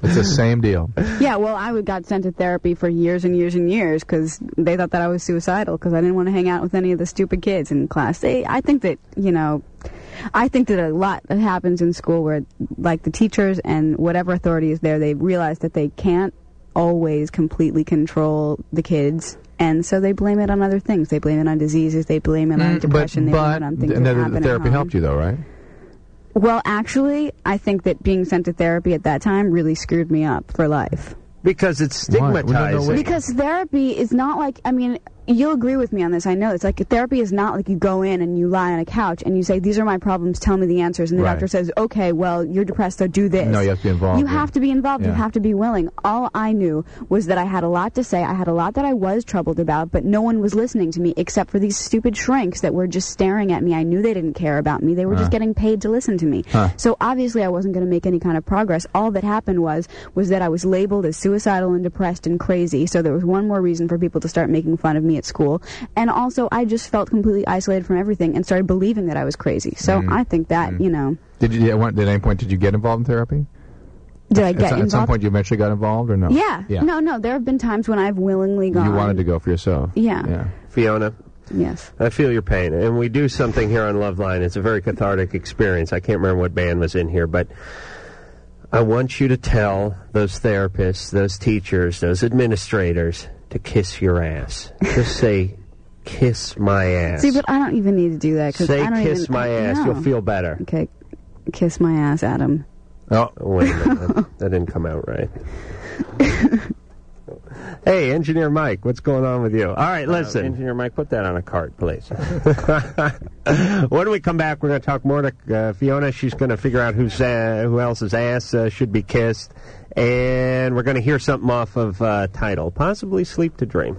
It's the same deal.
Yeah, well, I would got sent to therapy for years and years and years because they thought that I was suicidal because I didn't want to hang out with any of the stupid kids in class. They, I think that you know, I think that a lot that happens in school where like the teachers and whatever authority is there, they realize that they can't always completely control the kids. And so they blame it on other things. They blame it on diseases. They blame it on
Mm, but
depression. they blame it on
but
things
and
that
then
happen
the
at
therapy
home.
helped you though, right?
Well, actually, I think that being sent to therapy at that time really screwed me up for life.
Because it's stigmatizing.
Because therapy is not like I mean, you'll agree with me on this. I know it's like therapy is not like you go in and you lie on a couch and you say these are my problems, tell me the answers, and the
Right.
doctor says, okay, well you're depressed, so do this.
No, you have to be involved,
You
yeah.
have to be involved. You
Yeah.
have to be willing. All I knew was that I had a lot to say. I had a lot that I was troubled about, but no one was listening to me except for these stupid shrinks that were just staring at me. I knew they didn't care about me. They were
Huh.
just getting paid to listen to me.
Huh.
So obviously I wasn't going to make any kind of progress. All that happened was was that I was labeled as suicidal and depressed and crazy. So there was one more reason for people to start making fun of me at school. And also I just felt completely isolated from everything and started believing that I was crazy. So
Mm-hmm.
I think that, you know,
Did you? At, one, at any point, did you get involved in therapy?
did I
At
get
some- at,
involved?
some point, you eventually got involved, or no?
yeah.
Yeah.
No, no, there have been times when I've willingly gone.
You wanted to go for yourself.
Yeah.
Yeah.
Fiona.
Yes.
I feel your pain, and we do something here on Loveline. It's a very cathartic experience. I can't remember what band was in here, but I want you to tell those therapists, those teachers, those administrators to kiss your ass. Just say, "Kiss my ass."
See, but I don't even need to do that because
say,
I don't
"Kiss
even,
my
I-
ass."
no.
You'll feel better.
Okay, kiss my ass, Adam.
Oh, wait a minute. that, that didn't come out right. hey, Engineer Mike, what's going on with you? All right,
Uh,
listen.
Engineer
Mike, put that on a card, please. when we come back, we're going to talk more to uh, Fiona. She's going to figure out who's, uh, who else's ass uh, should be kissed. And we're going to hear something off of uh, title, possibly Sleep to Dream.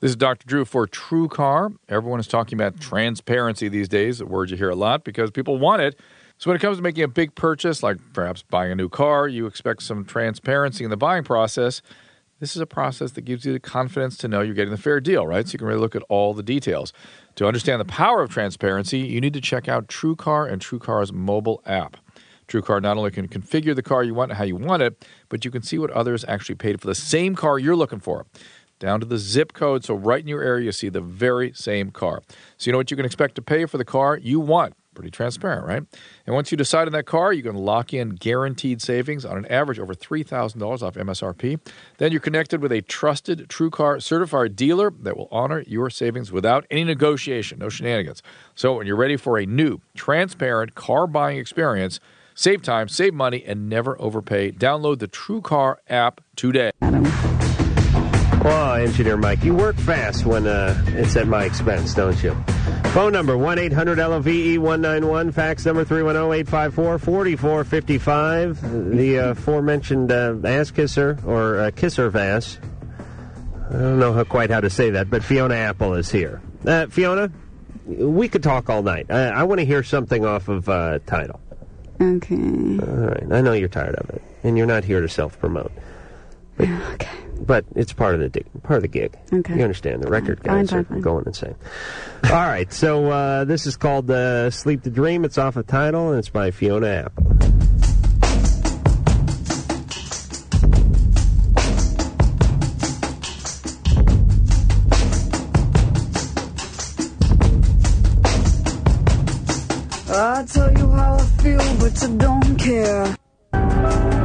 This is Dr. Drew for True Car. Everyone is talking about transparency these days, a word you hear a lot because people want it. So when it comes to making a big purchase, like perhaps buying a new car, you expect some transparency in the buying process. This is a process that gives you the confidence to know you're getting the fair deal, right? So you can really look at all the details. To understand the power of transparency, you need to check out True Car and True Car's mobile app. TrueCar not only can configure the car you want and how you want it, but you can see what others actually paid for the same car you're looking for, down to the zip code. So right in your area, you see the very same car. So you know what you can expect to pay for the car you want. Pretty transparent, right? And once you decide on that car, you can lock in guaranteed savings on an average over $3,000 off MSRP. Then you're connected with a trusted TrueCar certified dealer that will honor your savings without any negotiation, no shenanigans. So when you're ready for a new, transparent car buying experience, Save time, save money, and never overpay. Download the TrueCar app today.
Well, Engineer Mike, you work fast when uh, it's at my expense, don't you? Phone number 1 800 LOVE 191, fax number 310 854 4455. The uh, aforementioned uh, ass kisser or uh, kisser of ass. I don't know how, quite how to say that, but Fiona Apple is here. Uh, Fiona, we could talk all night. I, I want to hear something off of uh, title.
Okay.
All right. I know you're tired of it, and you're not here to self-promote. But, But it's part of the dig- part of the gig.
Okay.
You understand the record
Fine,
guys
fine,
are
fine.
going insane. All right. So uh, this is called uh, "Sleep to Dream." It's off a title, and it's by Fiona Apple.
I tell you how I feel, but you don't care.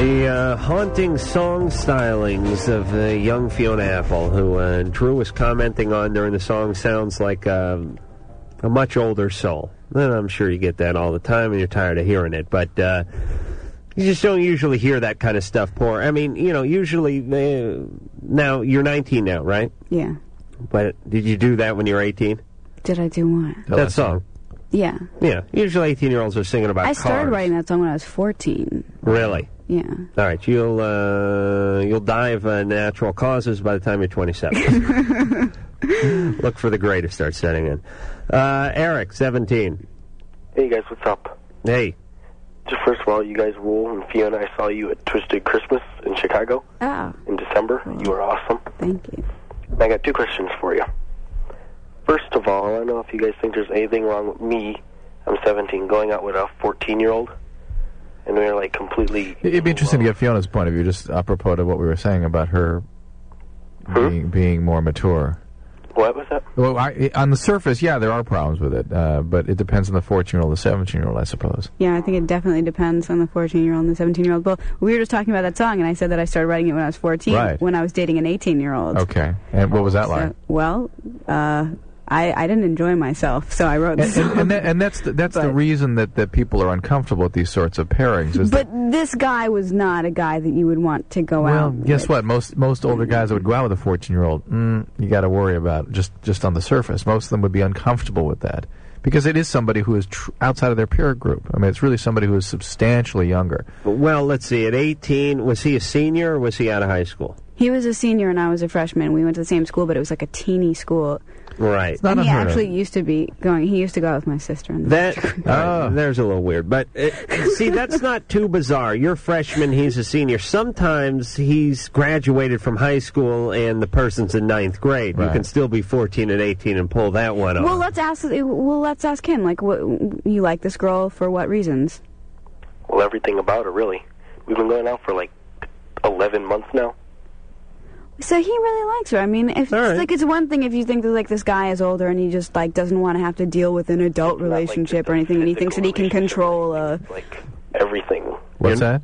The uh, haunting song stylings of uh, young Fiona Apple, who uh, Drew was commenting on during the song, sounds like um, a much older soul. And I'm sure you get that all the time, and you're tired of hearing it. But uh, you just don't usually hear that kind of stuff. Poor. I mean, you know, usually uh, now you're 19 now, right?
Yeah.
But did you do that when you were 18?
Did I do what?
That song.
Yeah.
Yeah. Usually 18 year olds are singing about
I started
cars.
writing that song when I was 14.
Really.
Yeah.
All right, you'll uh, you'll die of uh, natural causes by the time you're 27. Look for the gray to start setting in. Uh, Eric, 17.
Hey guys, what's up?
Hey,
Just first of all, you guys rule. And Fiona, I saw you at Twisted Christmas in Chicago
Oh,
in December. You were awesome.
thank you.
I got two questions for you. First of all, I don't know if you guys think there's anything wrong with me. I'm 17, going out with a 14-year-old, and we were like completely.
It'd be interesting to get Fiona's point of view, just apropos of what we were saying about her being, being more mature.
What was that?
Well, I, on the surface, yeah, there are problems with it, uh, but it depends on the 14 year old, the 17 year old, I suppose.
Yeah, I think it definitely depends on the 14 year old and the 17 year old. Well, we were just talking about that song, and I said that I started writing it when I was 14,
Right.
when I was dating an 18 year old.
Okay. And what was that like?
Well, uh, I, I didn't enjoy myself, so I wrote the
And,
song.
and, and, that, and that's the, that's the reason that, that people are uncomfortable with these sorts of pairings. Is
But this guy was not a guy that you would want to go
well,
out.
guess what? Most most older guys that would go out with a 14 year old, mm, you got to worry about just just on the surface. Most of them would be uncomfortable with that because it is somebody who is tr- outside of their peer group. I mean, it's really somebody who is substantially younger.
well, let's see. At 18, was he a senior or was he out of high school?
He was a senior and I was a freshman. We went to the same school, but it was like a teeny school.
Right.
and he actually used to be going. He used to go out with my sister. And
That uh, there's a little weird, but uh see, that's not too bizarre. You're a freshman, he's a senior. Sometimes he's graduated from high school, and the person's in ninth grade. You can still be 14 and 18 and pull that one off.
Well, let's ask. Well, let's ask him. Like, what you like this girl for? What reasons?
Well, everything about her, really. We've been going out for like 11 months now.
So he really likes her. I mean, if it's like it's one thing if you think that like this guy is older and he just like doesn't want to have to deal with an adult relationship or anything, and he thinks that he can control uh, a.
Everything.
What's that?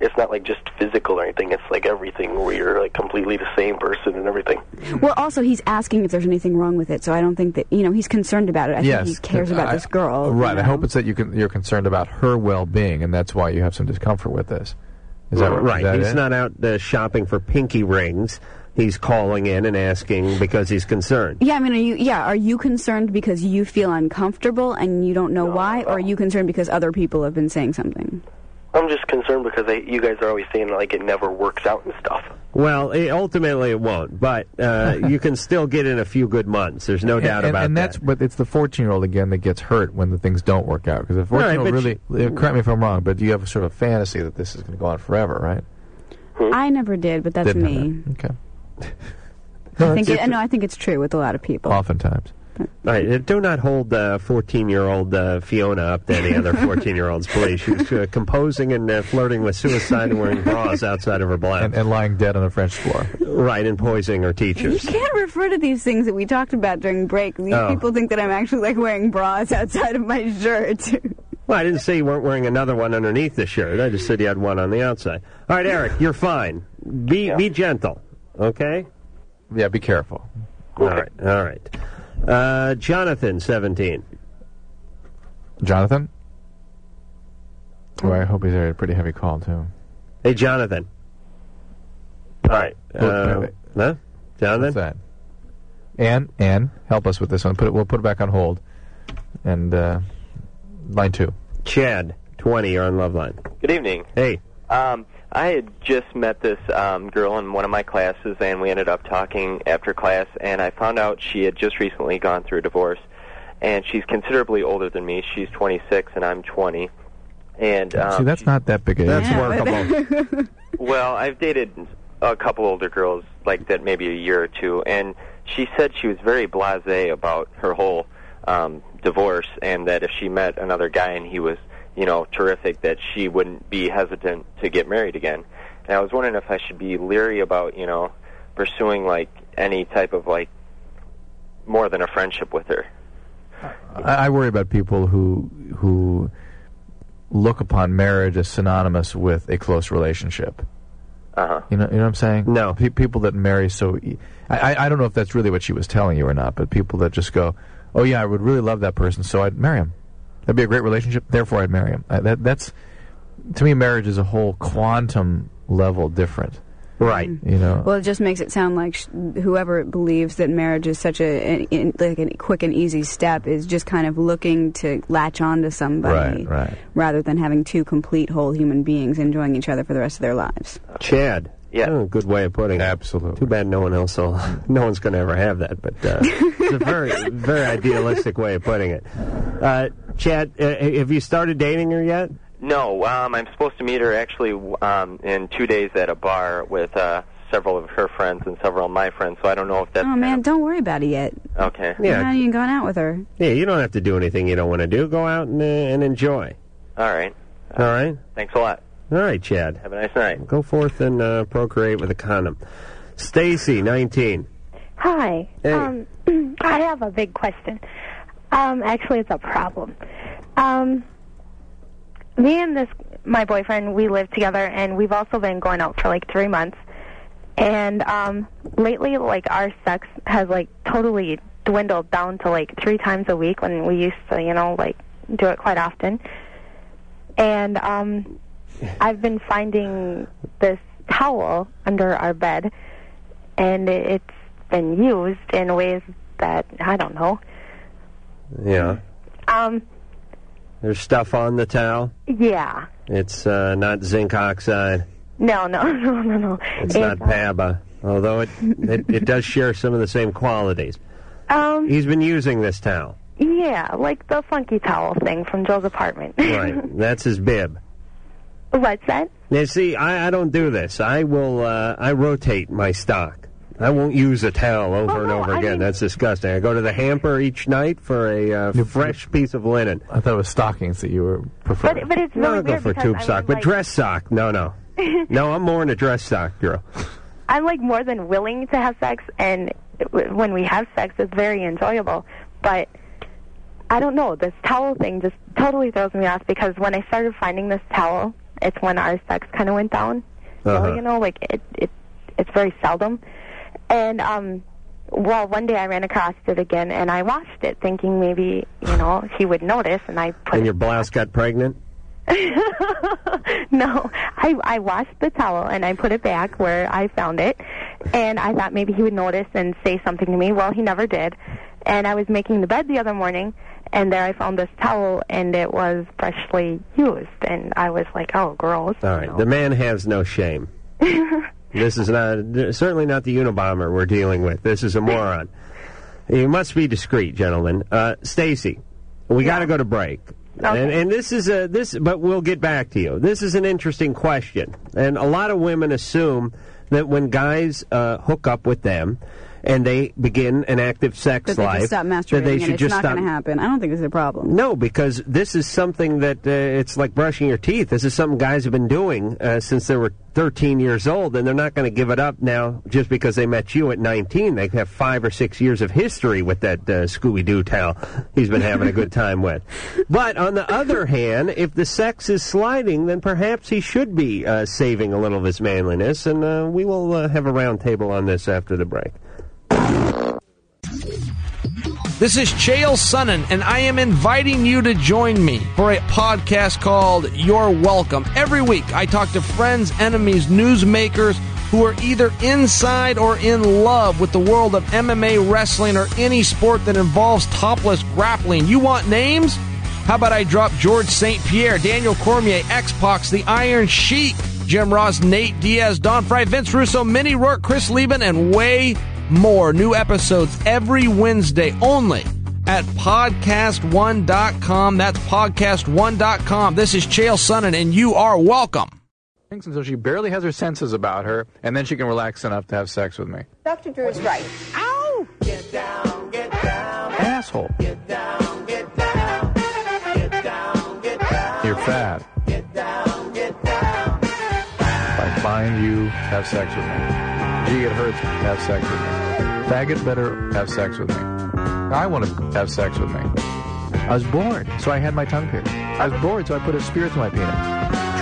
It's not like just physical or anything. It's like everything where you're like completely the same person and everything.
Well, also he's asking if there's anything wrong with it, so I don't think that you know he's concerned about it. I
yes.
think he cares about
I-
this girl.
Right.
you know?
I hope it's that you can, you're concerned about her well-being, and that's why you have some discomfort with this. Is that
right?
Is that
he's
it?
not out uh, shopping for pinky rings. He's calling in and asking because he's concerned.
Yeah, I mean, are you yeah, are you concerned because you feel uncomfortable and you don't know why, or are you concerned because other people have been saying something?
I'm just concerned because I, you guys are always saying like it never works out and stuff.
Well, it, ultimately it won't, but uh, you can still get in a few good months. There's no
And-
doubt
and,
about
and
that.
that's but it's the 14 year old again that gets hurt when the things don't work out because the 14 year old
but
really uh, correct me if I'm wrong but you have a sort of fantasy that this is going to go on forever right
I never did, but that's
Didn't
me.
have that. okay
I think
it's-
it, no, I think it's true with a lot of people.
oftentimes.
All right, uh, do not hold uh, 14-year-old uh, Fiona up to any other 14-year-olds, please. She's uh, composing and uh, flirting with suicide and wearing bras outside of her blouse. And,
and lying dead on the French floor.
Right, and poisoning her
You
teachers.
can't refer to these things that we talked about during break. These
Oh.
people think that I'm actually like wearing bras outside of my shirt.
Well, I didn't say you weren't wearing another one underneath the shirt. I just said you had one on the outside. All right, Eric, you're fine. Be be gentle, okay?
Yeah, be careful.
All right, all right. Uh, Jonathan, 17.
Jonathan Boy, I hope he's had a pretty heavy call too
Hey, Jonathan. All right. Uh, huh? Jonathan
what's that Ann Ann help us with this one put it we'll put it back on hold and uh, line two
Chad 20 you're on love line
Good evening.
Hey.
Um, I had just met this um, girl in one of my classes, and we ended up talking after class, and I found out she had just recently gone through a divorce, and she's considerably older than me. She's 26, and I'm 20. And um,
see that's not that big a
That's well, I've dated a couple older girls like that, maybe a year or two, and she said she was very blasé about her whole um, divorce, and that if she met another guy and he was, you know, terrific, that she wouldn't be hesitant to get married again. And I was wondering if I should be leery about, you know, pursuing like any type of like more than a friendship with her.
I, I worry about people who who look upon marriage as synonymous with a close relationship.
Uh-huh.
You know, you know what I'm saying?
No.
Pe- people that marry so, e- I, I- I don't know if that's really what she was telling you or not, but people that just go, oh yeah, I would really love that person, so I'd marry him. That'd be a great relationship, therefore I'd marry him. I, that that's to me, marriage is a whole quantum level different.
Right.
You know.
Well, it just makes it sound like sh- whoever believes that marriage is such a an, in, like a quick and easy step is just kind of looking to latch on to somebody
Right, right.
rather than having two complete whole human beings enjoying each other for the rest of their lives.
Chad Oh,
yeah
good way of putting it
absolutely
too bad no one else will no one's going to ever have that but uh, it's a very very idealistic way of putting it uh, Chad uh, have you started dating her yet
No, um, I'm supposed to meet her actually w- um, in two days at a bar with uh, several of her friends and several of my friends. So I don't know if that's
oh man, don't worry about it yet.
okay.
You're not even going out with her.
yeah you don't have to do anything you don't want to do go out and, uh, and enjoy
All right.
all right
Thanks a lot.
all right Chad
Have a nice night
go forth and uh, procreate with a condom Stacy 19
Hi.
Hey.
Um, I have a big question. Um, actually, it's a problem. Um, me and this my boyfriend, we live together, and we've also been going out for like three months. And um, lately, like our sex has like totally dwindled down to like three times a week when we used to, you know, like do it quite often. And um, I've been finding this towel under our bed, and it's been used in ways that I don't know.
yeah
Um,
there's stuff on the towel
yeah.
it's uh, not zinc oxide
No, no, no, no, no.
It's not PABA. although it, it, it does share some of the same qualities.
Um,
He's been using this towel.
yeah, like the funky towel thing from Joe's apartment.
Right. That's his bib.
What's that?
Now, see, I, I don't do this. I will. Uh, I rotate my stock. I won't use a towel over and over again. That's disgusting. I go to the hamper each night for a uh, fresh piece of linen.
I thought it was stockings that you were preferring.
But, but it's
No,
really
I'll go
weird
for
because
tube
I'm
sock, but
like-
dress sock. No, no, no. I'm more in a dress sock girl.
I'm like more than willing to have sex, and w- when we have sex, it's very enjoyable. But I don't know. This towel thing just totally throws me off because when I started finding this towel, it's when our sex kind of went down. So, you know, like it, it, it's very seldom. And um, well, one day I ran across it again, and I washed it, thinking maybe you know he would notice, and I
And your blouse got pregnant.
no, I I washed the towel and I put it back where I found it, and I thought maybe he would notice and say something to me. Well, he never did, and I was making the bed the other morning, and there I found this towel and it was freshly used, and I was like, oh, gross.
All right, the man has no shame. this is not certainly not the Unabomber we're dealing with. This is a moron. You must be discreet, gentlemen. Uh, Stacy, we got to go to break. And, and this is a this, but we'll get back to you. This is an interesting question, and a lot of women assume that when guys uh, hook up with them and they begin an active sex
That they
life,
just stop
that
masturbating
they
and
should
it's
just
not
stop
going to happen. I don't think it's a problem.
no, because this is something that uh, it's like brushing your teeth. This is something guys have been doing uh, since they were 13 years old, and they're not going to give it up now just because they met you at 19. They have five or six years of history with that uh, Scooby Doo towel he's been having a good time with. But on the other hand, if the sex is sliding, then perhaps he should be uh, saving a little of his manliness, and uh, we will uh, have a roundtable on this after the break.
This is Chael Sonnen, and I am inviting you to join me for a podcast called You're Welcome. Every week, I talk to friends, enemies, newsmakers who are either inside or in love with the world of MMA, wrestling, or any sport that involves topless grappling. You want names? How about I drop George St. Pierre, Daniel Cormier, X-Pac, The Iron Sheik, Jim Ross, Nate Diaz, Don Fry, Vince Russo, Minnie Rourke, Chris Lieben, and way more. New episodes every Wednesday only at podcast1.com. That's podcast1.com. This is Chael Sonnen, and you are welcome.
Thinks until she barely has her senses about her, and then she can relax enough to have sex with me.
Dr. Drew is right. Ow! Get down, get down.
Asshole.
Get down, get down. Get down, get down.
You're fat.
Get down, get down.
If I find you, have sex with me. Gee, it hurts. Have sex with me. Faggot better have sex with me. I want to have sex with me. I was bored, so I had my tongue pierced. I was bored, so I put a spear through my penis.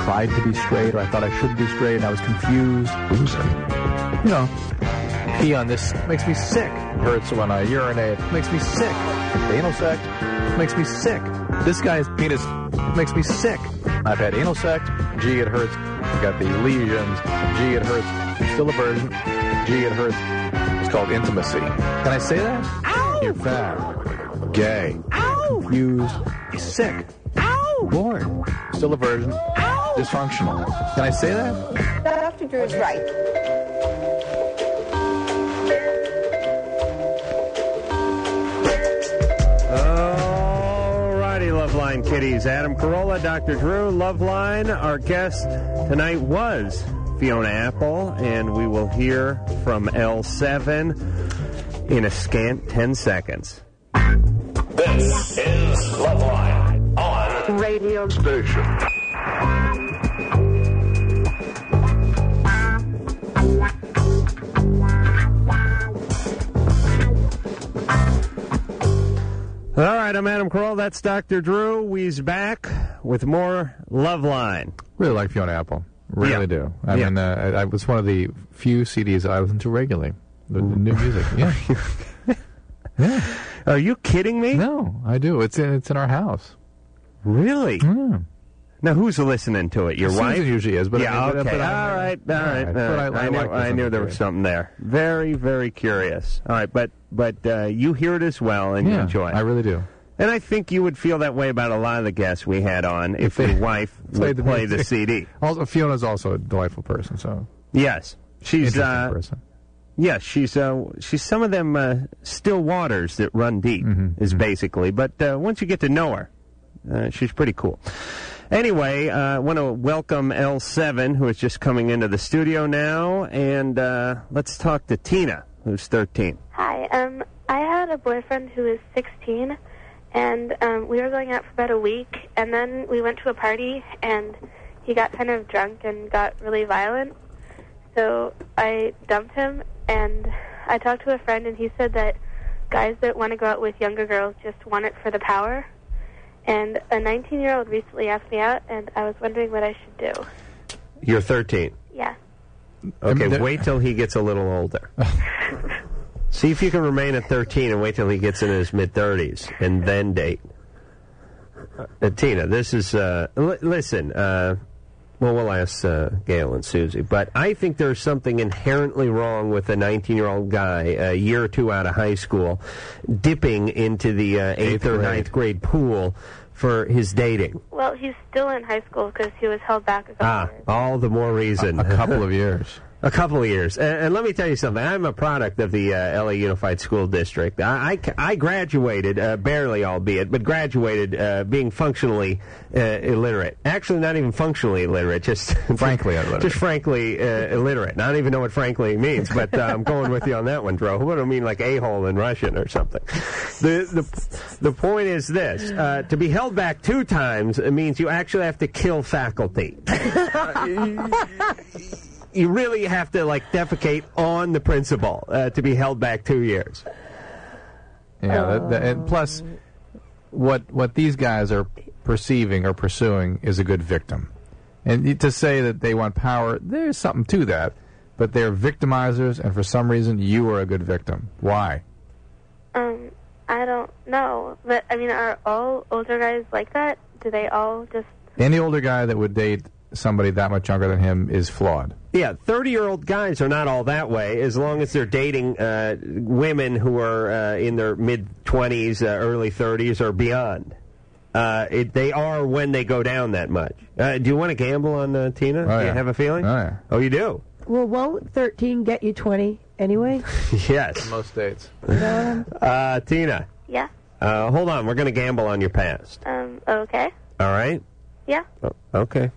Tried to be straight, or I thought I should be straight, and I was confused. Loser. You know, pee on this makes me sick. Hurts when I urinate. Makes me sick. Anal sex makes me sick. This guy's penis makes me sick. I've had anal sex. Gee, it hurts. I've got these lesions. Gee, it hurts. I'm still a virgin. Gee, it hurts. It's called intimacy. Can I say that? You're fat. Gay. Confused. Sick. Bored. Still a virgin. Dysfunctional. Can I say that?
Dr. Drew is right.
Alrighty, Loveline Kitties. Adam Carolla, Dr. Drew, Loveline. Our guest tonight was Fiona Apple, and we will hear from L7 in a scant 10 seconds.
This is Loveline on radio station.
All right, I'm Adam Carolla. That's Dr. Drew. We's back with more Loveline.
Really like Fiona Apple. Really
Yeah.
do. I
Yeah.
mean, uh, I, I was one of the few CDs I listened to regularly. The, the new music. Yeah. yeah.
Are you kidding me?
No, I do. It's in it's in our house.
Really? Now, who's listening to it? Your
Susan
wife?
usually is, but I
yeah,
mean, but-
okay.
but I-
all right, all
all
right.
right,
all
but I-
right.
I
knew,
like
I
listening
knew there
to
was
it.
something there. Very, very curious. All right, but but uh, you hear it as well and you
Yeah,
enjoy it.
I really do.
And I think you would feel that way about a lot of the guests we had on if your wife would play the
music.
CD.
Also, Fiona's also a delightful person. So
Yes, she's
Interesting
uh,
person.
Yeah, she's uh, she's some of them uh, still waters that run deep is basically. But uh, once you get to know her, uh, she's pretty cool. Anyway, I uh, want to welcome L7, who is just coming into the studio now, and uh, let's talk to Tina, who's 13.
Hi. Um, I had a boyfriend who was 16, and um, we were going out for about a week, and then we went to a party, and he got kind of drunk and got really violent. So I dumped him, and I talked to a friend, and he said that guys that want to go out with younger girls just want it for the power. And a 19-year-old recently asked me out, and I was wondering what I should do.
You're 13.
Yeah.
Okay, wait till he gets a little older. See if you can remain at 13 and wait till he gets in his mid 30s and then date. Uh, Tina, this is. Uh, l- listen, uh, well, we'll ask uh, Gail and Susie, but I think there's something inherently wrong with a 19 year old guy a year or two out of high school dipping into the uh, eighth, or ninth grade pool for his dating.
Well, he's still in high school because he was held back a couple
Ah, all the more reason. A,
couple of years.
A couple of years. And, and let me tell you something. I'm a product of the uh, LA Unified School District. I, I ca- I graduated, uh, barely albeit, but graduated uh, being functionally uh, illiterate. Actually, not even functionally illiterate, just frankly illiterate. Just frankly uh, illiterate. And I don't even know what frankly means, but uh, I'm going with you on that one, Dro. What do I mean, like a hole in Russian or something? The, the, the point is this uh, to be held back two times it means you actually have to kill faculty you really have to like defecate on the principal uh, to be held back two years.
Yeah, that, that, and plus, what what these guys are perceiving or pursuing is a good victim, and y- to say that they want power, there's something to that. But they're victimizers, and for some reason, you are a good victim. Why?
Um, I don't know, but I mean, are all older guys like that? Do they all just?
Any older guy that would date somebody that much younger than him is flawed.
Yeah, 30 year old guys are not all that way as long as they're dating uh, women who are uh, in their mid 20s, uh, early 30s, or beyond. Uh, it, they are when they go down that much. Uh, do you want to gamble on uh, Tina?
Oh,
do
yeah.
you have a feeling?
Oh, yeah.
oh you do?
Well, won't 13 get you 20 anyway?
yes.
Most dates.
Uh, Tina,
Yeah.
uh, hold on. We're going to gamble on your past.
Um. Okay.
All right?
Yeah.
Oh, okay.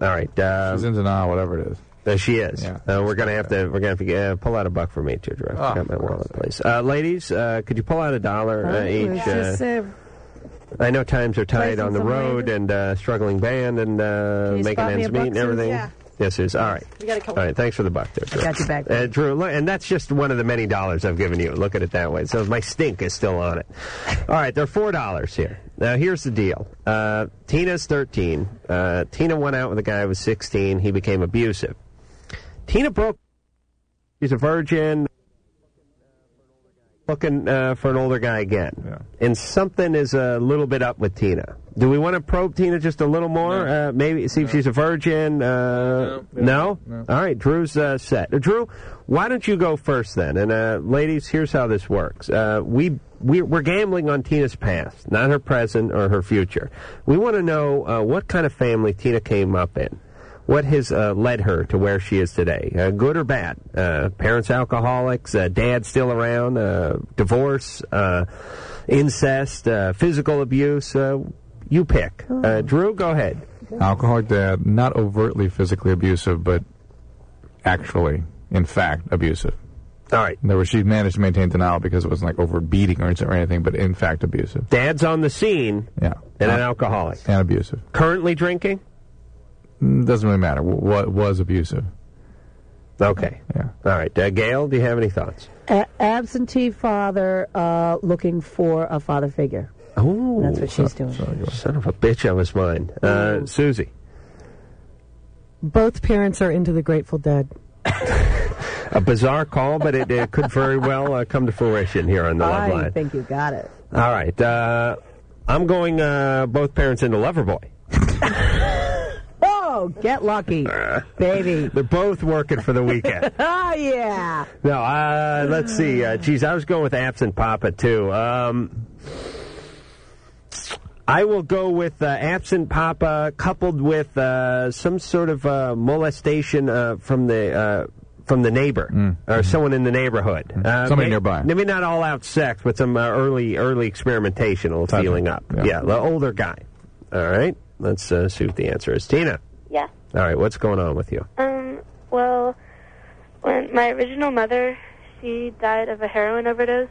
All right. Uh, She's
in denial, whatever it is.
There she is. Uh, we're gonna have to. We're gonna have to uh, pull out a buck for me too, Drew. I
Oh,
forgot my wallet, please. Uh, ladies, uh, could you pull out a dollar uh, each?
Just,
Uh,
uh,
I know times are tight on the
some
road and uh, struggling band and uh,
Can you
making
spot me
ends
a
meet
buck,
and
Suze?
everything.
Yeah.
Yes, Suze. All right.
We got a couple.
All right. Thanks for the buck, there, Drew.
Got your back.
Uh, Drew, look, and that's just one of the many dollars I've given you. Look at it that way. So my stink is still on it. All right, there are four dollars here. Now here's the deal. Uh, Tina's thirteen. Uh, Tina went out with a guy who was sixteen. He became abusive. Tina broke. She's a virgin. Looking uh, for an older guy again, and something is a little bit up with Tina. Do we want to probe Tina just a little more? Uh, maybe see if she's a virgin. Uh, no. All right, Drew's uh, set. Uh, Drew, why don't you go first then? And uh, ladies, here's how this works. Uh, we we're, we're gambling on Tina's past, not her present or her future. We want to know uh, what kind of family Tina came up in. What has uh, led her to where she is today, uh, good or bad? Uh, parents alcoholics, uh, dad still around, uh, divorce, uh, incest, uh, physical abuse. Uh, you pick. Uh, Drew, go ahead.
Alcoholic dad, not overtly physically abusive, but actually, in fact, abusive.
All right.
There was she managed to maintain denial because it wasn't like over beating or anything- or anything, but in fact abusive.
Dad's on the scene.
Yeah.
And an alcoholic.
And abusive.
Currently drinking?
Mm, Doesn't really matter. W- What was abusive?
Okay.
Yeah.
All right. Uh, Gail, do you have any thoughts?
A- absentee father uh, looking for a father figure.
Oh,
That's what she's doing.
Son of a bitch, I was mine. Uh, Susie.
Both parents are into the Grateful Dead.
A bizarre call, but it, it could very well uh, come to fruition here on the love
I
line.
think you got it.
All right. Uh, I'm going uh, both parents into Loverboy.
Oh, get lucky. Baby.
Uh, They're both working for the weekend.
oh, yeah.
No, uh, let's see. Uh, geez, I was going with Absent Papa too. Um, I will go with uh, Absent Papa coupled with uh, some sort of uh, molestation uh, from the uh, from the neighbor or someone in the neighborhood. Uh,
Mm. Mm-hmm. Somebody
may-
nearby.
Maybe not all out sex, but some uh, early early experimentation
Touch.
feeling up.
Yeah.
Yeah. the older guy. All right, let's uh, see what the answer is. Tina.
Yeah.
All right, what's going on with you?
Um, well, when my original mother, she died of a heroin overdose,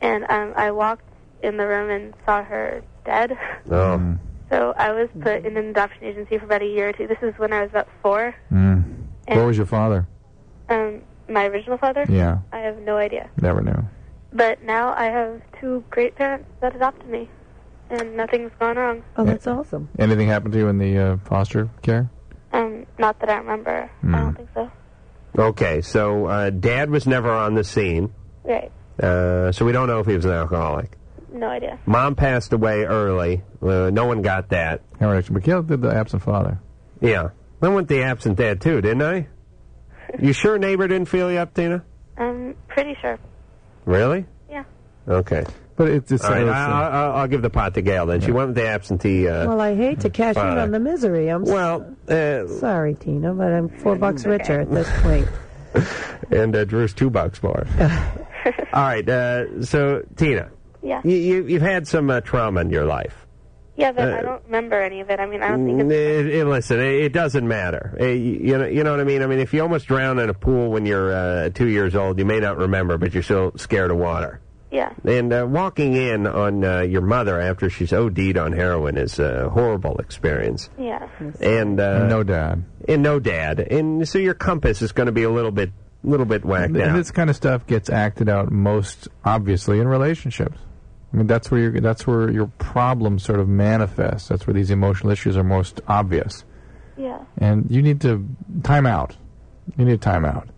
and um, I walked in the room and saw her dead.
Oh.
Mm.
So I was put in an adoption agency for about a year or two. This is when I was about four.
Mm.
And-
Where was your father?
Um, my original father?
Yeah.
I have no idea.
Never knew.
But now I have two great parents that adopted me, and nothing's gone wrong.
Oh, that's awesome.
Anything happened to you in the uh, foster care?
Um, not that I remember. I don't think so.
Okay, so uh, dad was never on the scene,
Right.
uh, so we don't know if he was an alcoholic.
No idea.
Mom passed away early. Uh, no one got that.
Hemorrhage. Miguel did the absent father.
Yeah. I went the absent dad too, didn't I? You sure neighbor didn't feel you up, Tina?
I'm pretty sure.
Really?
Yeah.
Okay.
But it's,
it's-
All right,
it's, uh,
I, I, I'll- I'll give the pot to Gail then. She went with the absentee. Uh,
Well, I hate to cash in
father.
on the misery. I'm
well, uh,
sorry, Tina, but I'm four bucks richer at this point.
and uh, Drew's two bucks more. All right. Uh, so Tina.
Yeah.
You, you, you've had some uh, trauma in your life.
Yeah, but
Uh,
I don't remember any of it. I mean, I don't think
Mm, It, it, listen, it, it doesn't matter. Eh, you, you know, you know what I mean. I mean, if you almost drown in a pool when you're uh, two years old, you may not remember, but you're still scared of water.
Yeah.
And uh, walking in on uh, your mother after she's OD'd on heroin is a horrible experience.
Yeah.
And uh,
no dad.
And no dad. And so your compass is going to be a little bit, little bit whacked
And
out.
this kind of stuff gets acted out most obviously in relationships. I mean, that's where your that's where your problem sort of manifests. That's where these emotional issues are most obvious.
Yeah.
And you need to time out. You need time out.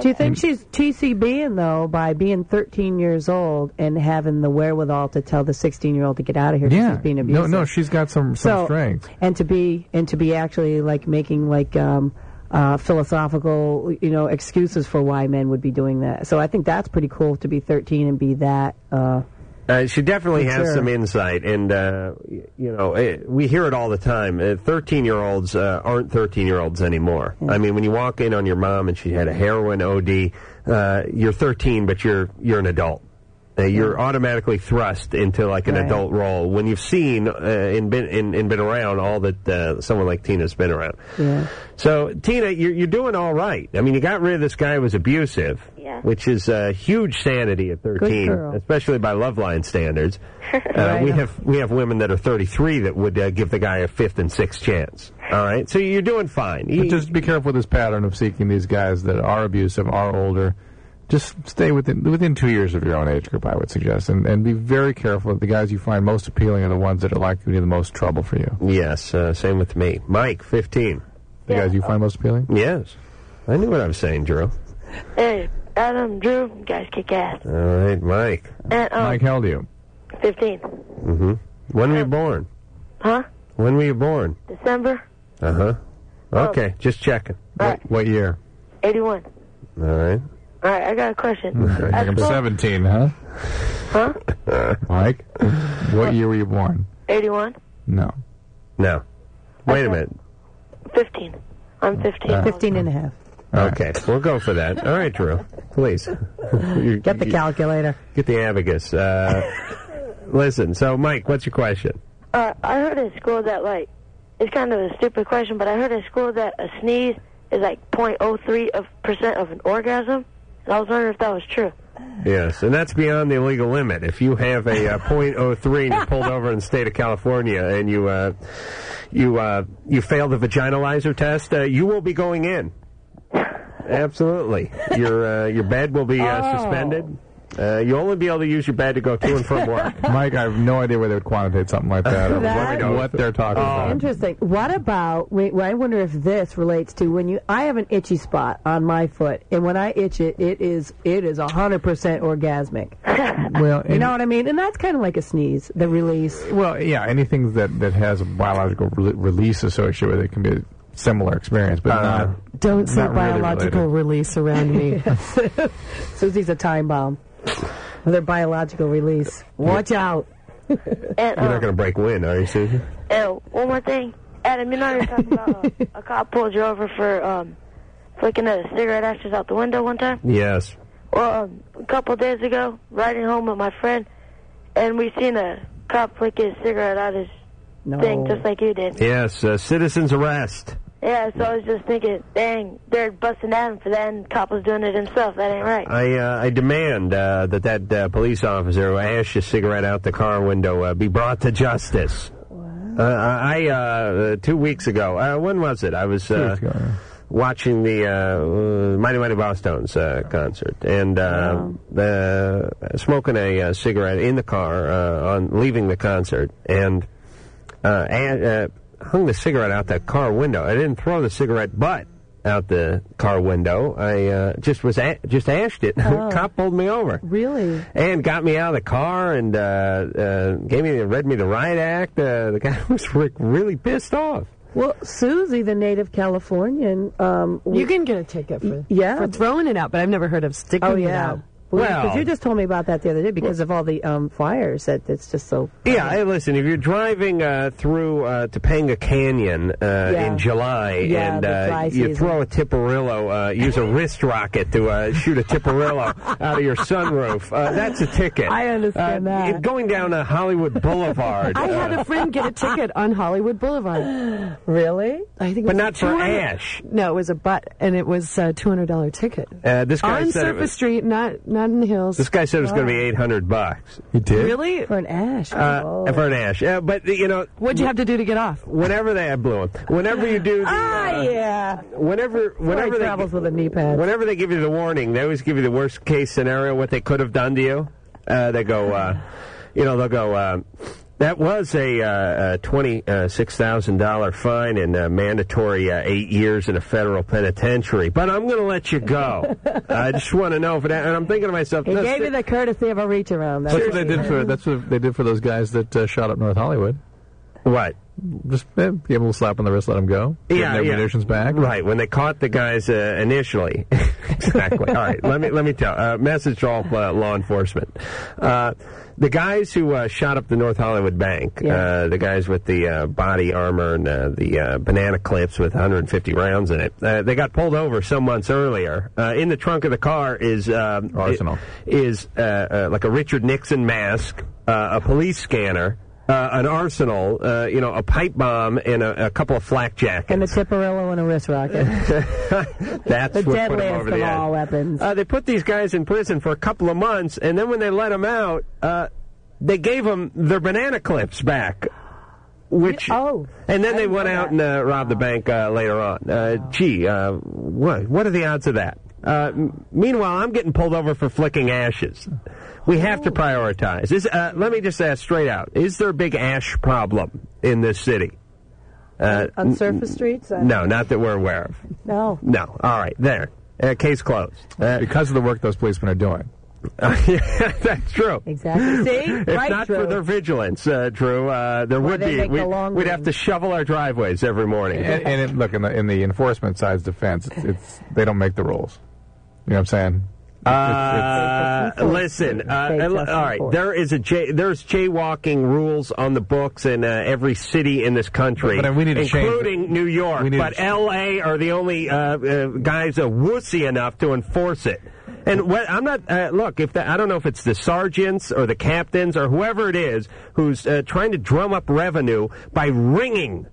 Do you think she's TCBing though by being 13 years old and having the wherewithal to tell the 16 year old to get out of here? 'cause
Yeah.
she's being
No,
abusive.
no, she's got some some
so
strength.
and to be and to be actually like making like um, uh, philosophical you know excuses for why men would be doing that. So I think that's pretty cool to be 13 and be that. Uh,
Uh, she definitely
For
has
sure.
some insight, and uh, y- you know eh, we hear it all the time. Uh, Thirteen-year-olds uh, aren't thirteen-year-olds anymore. I mean, when you walk in on your mom and she had a heroin OD, uh, you're thirteen, but you're you're an adult. Uh, you're automatically thrust into like an
Right.
adult role when you've seen uh, and been and, and been around all that uh, someone like Tina's been around.
Yeah.
So Tina, you're you're doing all right. I mean, you got rid of this guy who was abusive,
yeah.
which is uh, huge sanity at thirteen,
girl.
especially by love line standards. Uh,
Right
we
on.
have we have women that are thirty three that would uh, give the guy a fifth and sixth chance. All right, so you're doing fine. You-
But just be careful with this pattern of seeking these guys that are abusive, are older. Just stay within within two years of your own age group, I would suggest, and, and be very careful. that The guys you find most appealing are the ones that are likely to be the most trouble for you.
yes, uh, same with me, Mike, fifteen.
The guys you find most appealing.
Yes, I knew what I was saying, Drew.
Hey, Adam, Drew, you guys kick ass.
All right, Mike.
And,
Oh.
um,
Mike, how old are you?
15,
hmm When were
Oh.
you born?
huh?
When were you born?
December
Uh huh.
Oh.
Okay, just checking. What, what year?
81.
All right.
All right, I got a question. I
Hmm, I'm
suppose-
17, huh?
Huh?
Mike, what year were you born?
81,
No.
No. Wait a minute.
15. I'm 15.
Uh,
15 and a half.
Okay, we'll go for that. All right, Drew, please.
Get the calculator.
Get the abacus. Uh, listen, so Mike, what's your question?
Uh, I heard at school that, like, it's kind of a stupid question, but I heard at school that a sneeze is like 0.03% of, percent of an orgasm, and I was wondering if that was true.
Yes, and that's beyond the legal limit. If you have a uh, .03 and you're pulled over in the state of California and you uh, you uh, you fail the vaginalizer test, uh, you will be going in. Absolutely, your uh, your bed will be
Oh.
uh, suspended. Uh, you'll only be able to use your bed to go to and from work.
Mike, I have no idea where they would quantitate something like that. or
That-
what, what they're talking about.
Oh, Interesting. What about? Wait, well, I wonder if this relates to when you. I have an itchy spot on my foot, and when I itch it, it is it is hundred percent orgasmic.
Well,
you know what I mean, and that's kind of like a sneeze, the release.
Well, yeah, anything that, that has a biological re- release associated with it can be a similar experience, but not.
Don't say
not really
biological
related.
release around me.
Susie's a time bomb. Their biological release. Watch out.
And,
You're
um,
not going to break wind, are you, Susan?
And one more thing, Adam, you know you were talking about uh, a cop pulled you over for um, flicking the cigarette ashes out the window one time.
Yes.
Well, um, a couple of days ago, riding home with my friend, and we seen a cop flick his cigarette out his thing just like you did.
Yes, uh, citizen's arrest.
Yeah, so I was just thinking, dang, they're busting at him for that, and cop was doing it himself. That ain't right.
I uh, I demand uh, that that uh, police officer who ashed a cigarette out the car window uh, be brought to justice. Uh, I uh, uh, two weeks ago. Uh, when was it? I was uh, watching the uh, uh, Mighty Mighty Boston's uh, concert and uh, the, smoking a uh, cigarette in the car uh, on leaving the concert and uh, and, uh, hung the cigarette out the car window. I didn't throw the cigarette butt out the car window. I uh, just was a- just ashed it.
Oh.
Cop pulled me over
Really?
and got me out of the car and uh, uh, gave me the, read me the riot act. Uh, the guy was re- really pissed off.
Well, Susie, the native Californian, um,
You can get a ticket for,
yeah.
for throwing it out, but I've never heard of sticking
Oh
it
yeah.
out.
Well, because you just told me about that the other day because of all the um, fires that it's just so.
Yeah, hey, listen, if you're driving uh, through uh, Topanga Canyon uh, in July
Yeah,
and
the
uh,
dry
you
season.
throw a tipperillo, uh, use a wrist rocket to uh, shoot a tipperillo out of your sunroof, uh, that's a ticket.
I understand
Uh,
that.
it- Going down uh, Hollywood Boulevard.
I had
uh,
a friend get a ticket on Hollywood Boulevard.
Really?
I think. it
But
was
not for
200
ash.
No, it was a butt, and it was a two hundred dollar ticket.
uh, this guy
on
said it
Surface
was,
Street, not not in the hills.
this guy said it was going to be 800 bucks. He did?
Really? For an
ash.
Uh, For an ash. Yeah, but, you know.
What'd you have to do to get off?
Whenever they I blew him. Whenever you do the, uh,
yeah.
Whenever, whenever they
travels with a knee pad.
Whenever they give you the warning, they always give you the worst case scenario, what they could have done to you. Uh, they go, uh, you know, they'll go, uh, that was a, uh, a $26,000 fine and uh, mandatory uh, eight years in a federal penitentiary, but I'm going to let you go. I just want to know if it, and I'm thinking to myself,
He
no,
gave
sti-
you the courtesy of a reach around.
That's what they did for that's what they did for those guys that uh, shot up North Hollywood.
What?
Just eh, give them a slap on the wrist, let them go. Give 'em
Yeah,
their
yeah.
munitions back.
Right when they caught the guys uh, initially. exactly. All right. Let me let me tell. Uh, message to all uh, law enforcement. Uh, the guys who uh, shot up the North Hollywood Bank. Uh, the guys with the uh, body armor and uh, the uh, banana clips with 150 rounds in it. Uh, they got pulled over some months earlier. Uh, in the trunk of the car is um,
Arsenal.
is uh, uh, like a Richard Nixon mask, uh, a police scanner. Uh, an arsenal, uh, you know, a pipe bomb and a, a couple of flak jackets.
And a tipperillo and a wrist rocket.
That's
the
what put them
deadliest
over
of
the
all
edge.
weapons.
Uh, they put these guys in prison for a couple of months, and then when they let them out, uh, they gave them their banana clips back. Which
oh,
and then they went out and uh, robbed the bank uh, later on. Uh, Gee, uh, what what are the odds of that? Uh, m- meanwhile, I'm getting pulled over for flicking ashes. We have to prioritize. Is, uh, let me just ask straight out: Is there a big ash problem in this city? Uh,
on
n-
surface streets? I-
No, not that we're aware of.
No.
No. All right. There. Uh, case closed. Uh,
because of the work those policemen are doing.
yeah, that's true.
Exactly. See?
If
right,
not
Drew.
for their vigilance, uh, Drew, uh, there would
they
be.
make
We'd,
the long
we'd have to shovel our driveways every morning.
And, and it, look, in the, in the enforcement side's defense, it's, it's they don't make the rules. You know what I'm saying?
Uh, listen, uh,
They
all
just
right.
enforce.
There is a J, there's jaywalking rules on the books in uh, every city in this country,
But, but we need to change-
including New York.
We need to
But L.A. are the only uh, uh, guys that are wussy enough to enforce it. And what, I'm not uh, look if the, I don't know if it's the sergeants or the captains or whoever it is who's uh, trying to drum up revenue by ringing.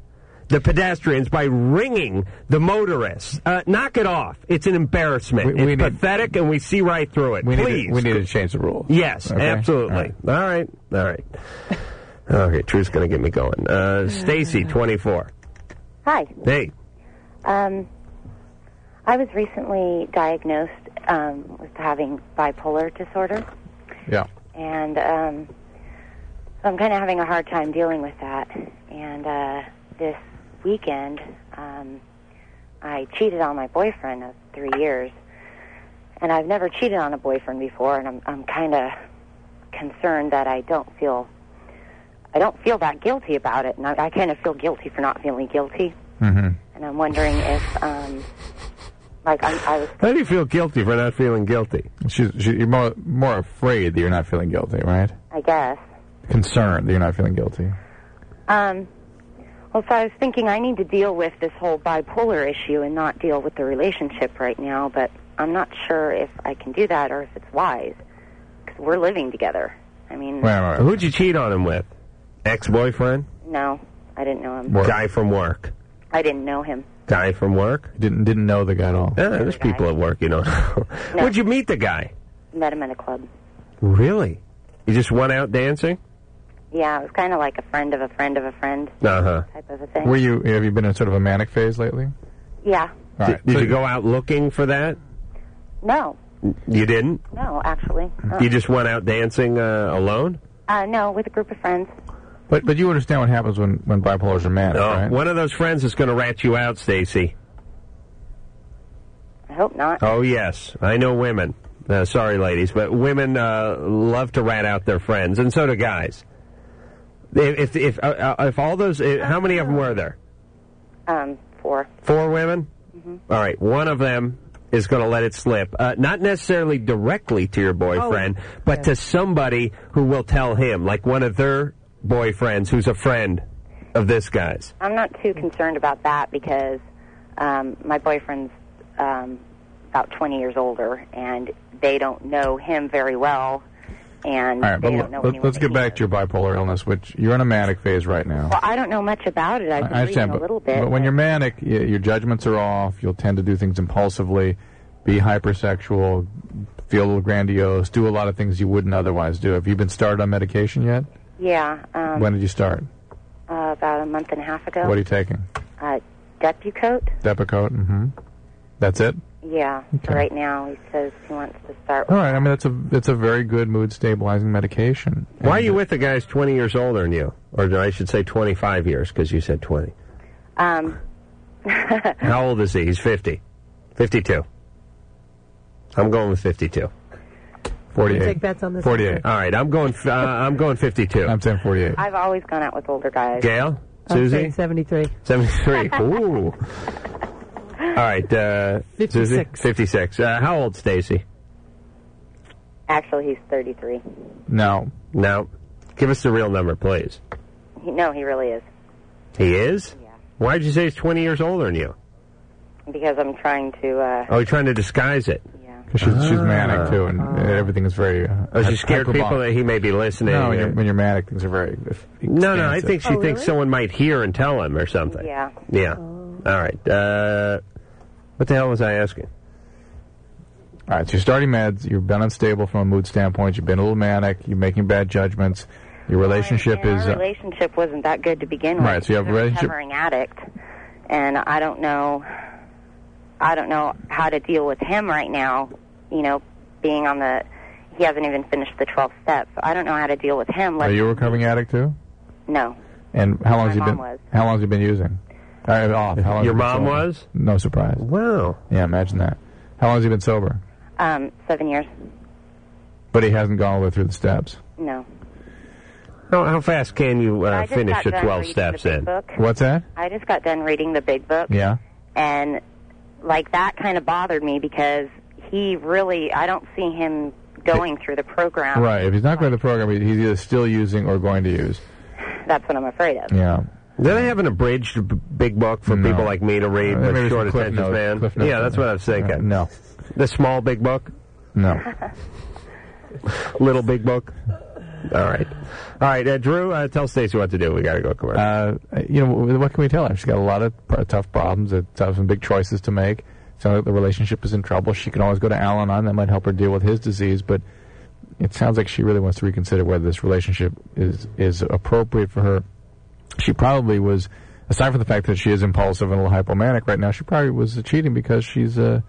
The pedestrians by ringing the motorists. Uh, knock it off. It's an embarrassment.
We- we
it's
need-
pathetic, and we see right through it.
We need,
Please.
to, we need to change the rules.
Yes,
Okay?
absolutely. All right, all right. Okay, Drew's going to get me going. Uh, Stacy, 24.
Hi.
Hey,
Um, I was recently diagnosed um, with having bipolar disorder,
Yeah.
and um, so I'm kind of having a hard time dealing with that. And uh, this weekend, um, I cheated on my boyfriend of three years, and I've never cheated on a boyfriend before, and I'm I'm kind of concerned that I don't feel. I don't feel that guilty about it, and I, I kind of feel guilty for not feeling guilty
Mm-hmm.
and I'm wondering if, um, like, I'm, I was,
how do you feel guilty for not feeling guilty?
She's, she, you're more, more afraid that you're not feeling guilty, right?
I guess,
Concerned that you're not feeling guilty.
um, Well, so I was thinking I need to deal with this whole bipolar issue and not deal with the relationship right now, but I'm not sure if I can do that or if it's wise because we're living together. I mean,
Who'd you cheat on him with? Ex boyfriend?
no, I didn't know him.
Guy from work.
I didn't know him.
Guy from work?
Didn't didn't know the guy at all.
Yeah, there's people at work, you know. Where'd you meet the guy?
Met him in a club.
Really? You just went out dancing?
Yeah, it was kind of like a friend of a friend of a friend
Uh huh.
type of a thing.
Were you? Have you been in sort of a manic phase lately?
Yeah.
All right.
Did you go out looking for that?
No,
You didn't?
no, actually. Uh,
You just went out dancing uh, alone?
uh, no, with a group of friends.
But but you understand what happens when when bipolars are manic,
Oh,
right?
One of those friends is going to rat you out, Stacy.
I hope not.
Oh, yes. I know women. Uh, sorry, ladies, but women uh, love to rat out their friends, and so do guys. If if if, uh, uh, if all those, uh, how many of them were there?
Um, four.
Four women.
Mhm.
All right, one of them is going to let it slip, uh, not necessarily directly to your
Oh,
boyfriend, but to somebody who will tell him, like one of their boyfriends who's a friend of this guy's.
I'm not too concerned about that because um, my boyfriend's um, about 20 years older, and they don't know him very well, and
All right,
they
but
don't know
let,
anyone.
us get back to your bipolar illness, which you're in a manic phase right now.
Well, I don't know much about it. I've been
I understand,
reading
but,
a little bit.
but when you're manic, y your judgments are off. You'll tend to do things impulsively, be hypersexual, feel grandiose, do a lot of things you wouldn't otherwise do. Have you been started on medication yet?
yeah, um,
when did you start?
uh, about a month and a half ago.
What are you taking?
uh, Depucoat.
Depakote. Mm-hmm. That's it.
Yeah, for right now he says he wants to start.
All right. I mean, that's a that's a very good mood stabilizing medication.
Why are
Mm-hmm.
you with a guy who's 20 years older than you? Or no, I should say 25 years, because you said 20.
Um,
How old is he? He's 50. 52. I'm going with 52.
We'll take bets on this.
48. All right, I'm going. f- Uh, I'm going 52. I'm
saying 48.
I've always gone out with older guys.
Gail,
I'm
Susie,
saying 73.
73. Ooh. All right, uh, Susie,
56.
56. Uh, how old, Stacy?
Actually, he's 33.
No.
No. Give us the real number, please.
He, no, he really is
He is. Yeah. Why'd you say he's 20 years older than you?
because I'm trying to. Uh,
Oh, you're trying to disguise it. Ah.
Because she's, she's manic too, and
Ah.
everything is very. Uh,
Oh, she scared people that he may be listening.
No, when
Yeah.
you're, when you're manic, things are very.
No, no, I think she
Oh,
expansive.
thinks someone might hear and tell him or something.
Yeah.
Yeah. All right. Uh, what the hell was I asking?
All right, so you're starting meds. You've been unstable from a mood standpoint. You've been a little manic. You're making bad judgments. Your relationship
and
is.
our
Uh,
relationship wasn't that good to begin with.
Right, so you have
He's a
relationship-
recovering addict, and I don't know. I don't know how to deal with him right now. You know, being on the, he hasn't even finished the 12 steps. I don't know how to deal with him.
are
Let
you a recovering addict too?
no.
And how long have you
My
been?
mom was.
How long have you been using? All right, off. How long
Your
have you been
mom
sober?
was?
No surprise.
Wow.
Yeah, imagine that. How long has he been sober?
Um, seven years.
But he hasn't gone all the way through the steps.
No.
How, how fast can you
I
uh,
just
finish
got
the
done
12
reading
steps
the big
in?
book.
What's that?
I just got done reading the big book,
Yeah.
and like that kind of bothered me because he really, I don't see him going through the program.
Right. If he's not going to the program, he- he's either still using or going to use.
That's what I'm afraid of.
Yeah.
Do they have an abridged b- big book for people like me to read
Uh, maybe
with
some
short
cliff
attention
notes-
span?
cliff notes
yeah,
on
that's
there.
what I was thinking.
Uh, no.
The small big book?
No.
Little big book? All right. All right, uh, Drew, uh, tell Stacy what to do. we got to go commercial.
Uh, you know, wh- what can we tell her? She's got a lot of pr- tough problems, uh, tough- some big choices to make. Sounds like the relationship is in trouble. She can always go to Al Anon. That might help her deal with his disease, but it sounds like she really wants to reconsider whether this relationship is, is appropriate for her. She probably was, aside from the fact that she is impulsive and a little hypomanic right now, she probably was cheating because she's, uh,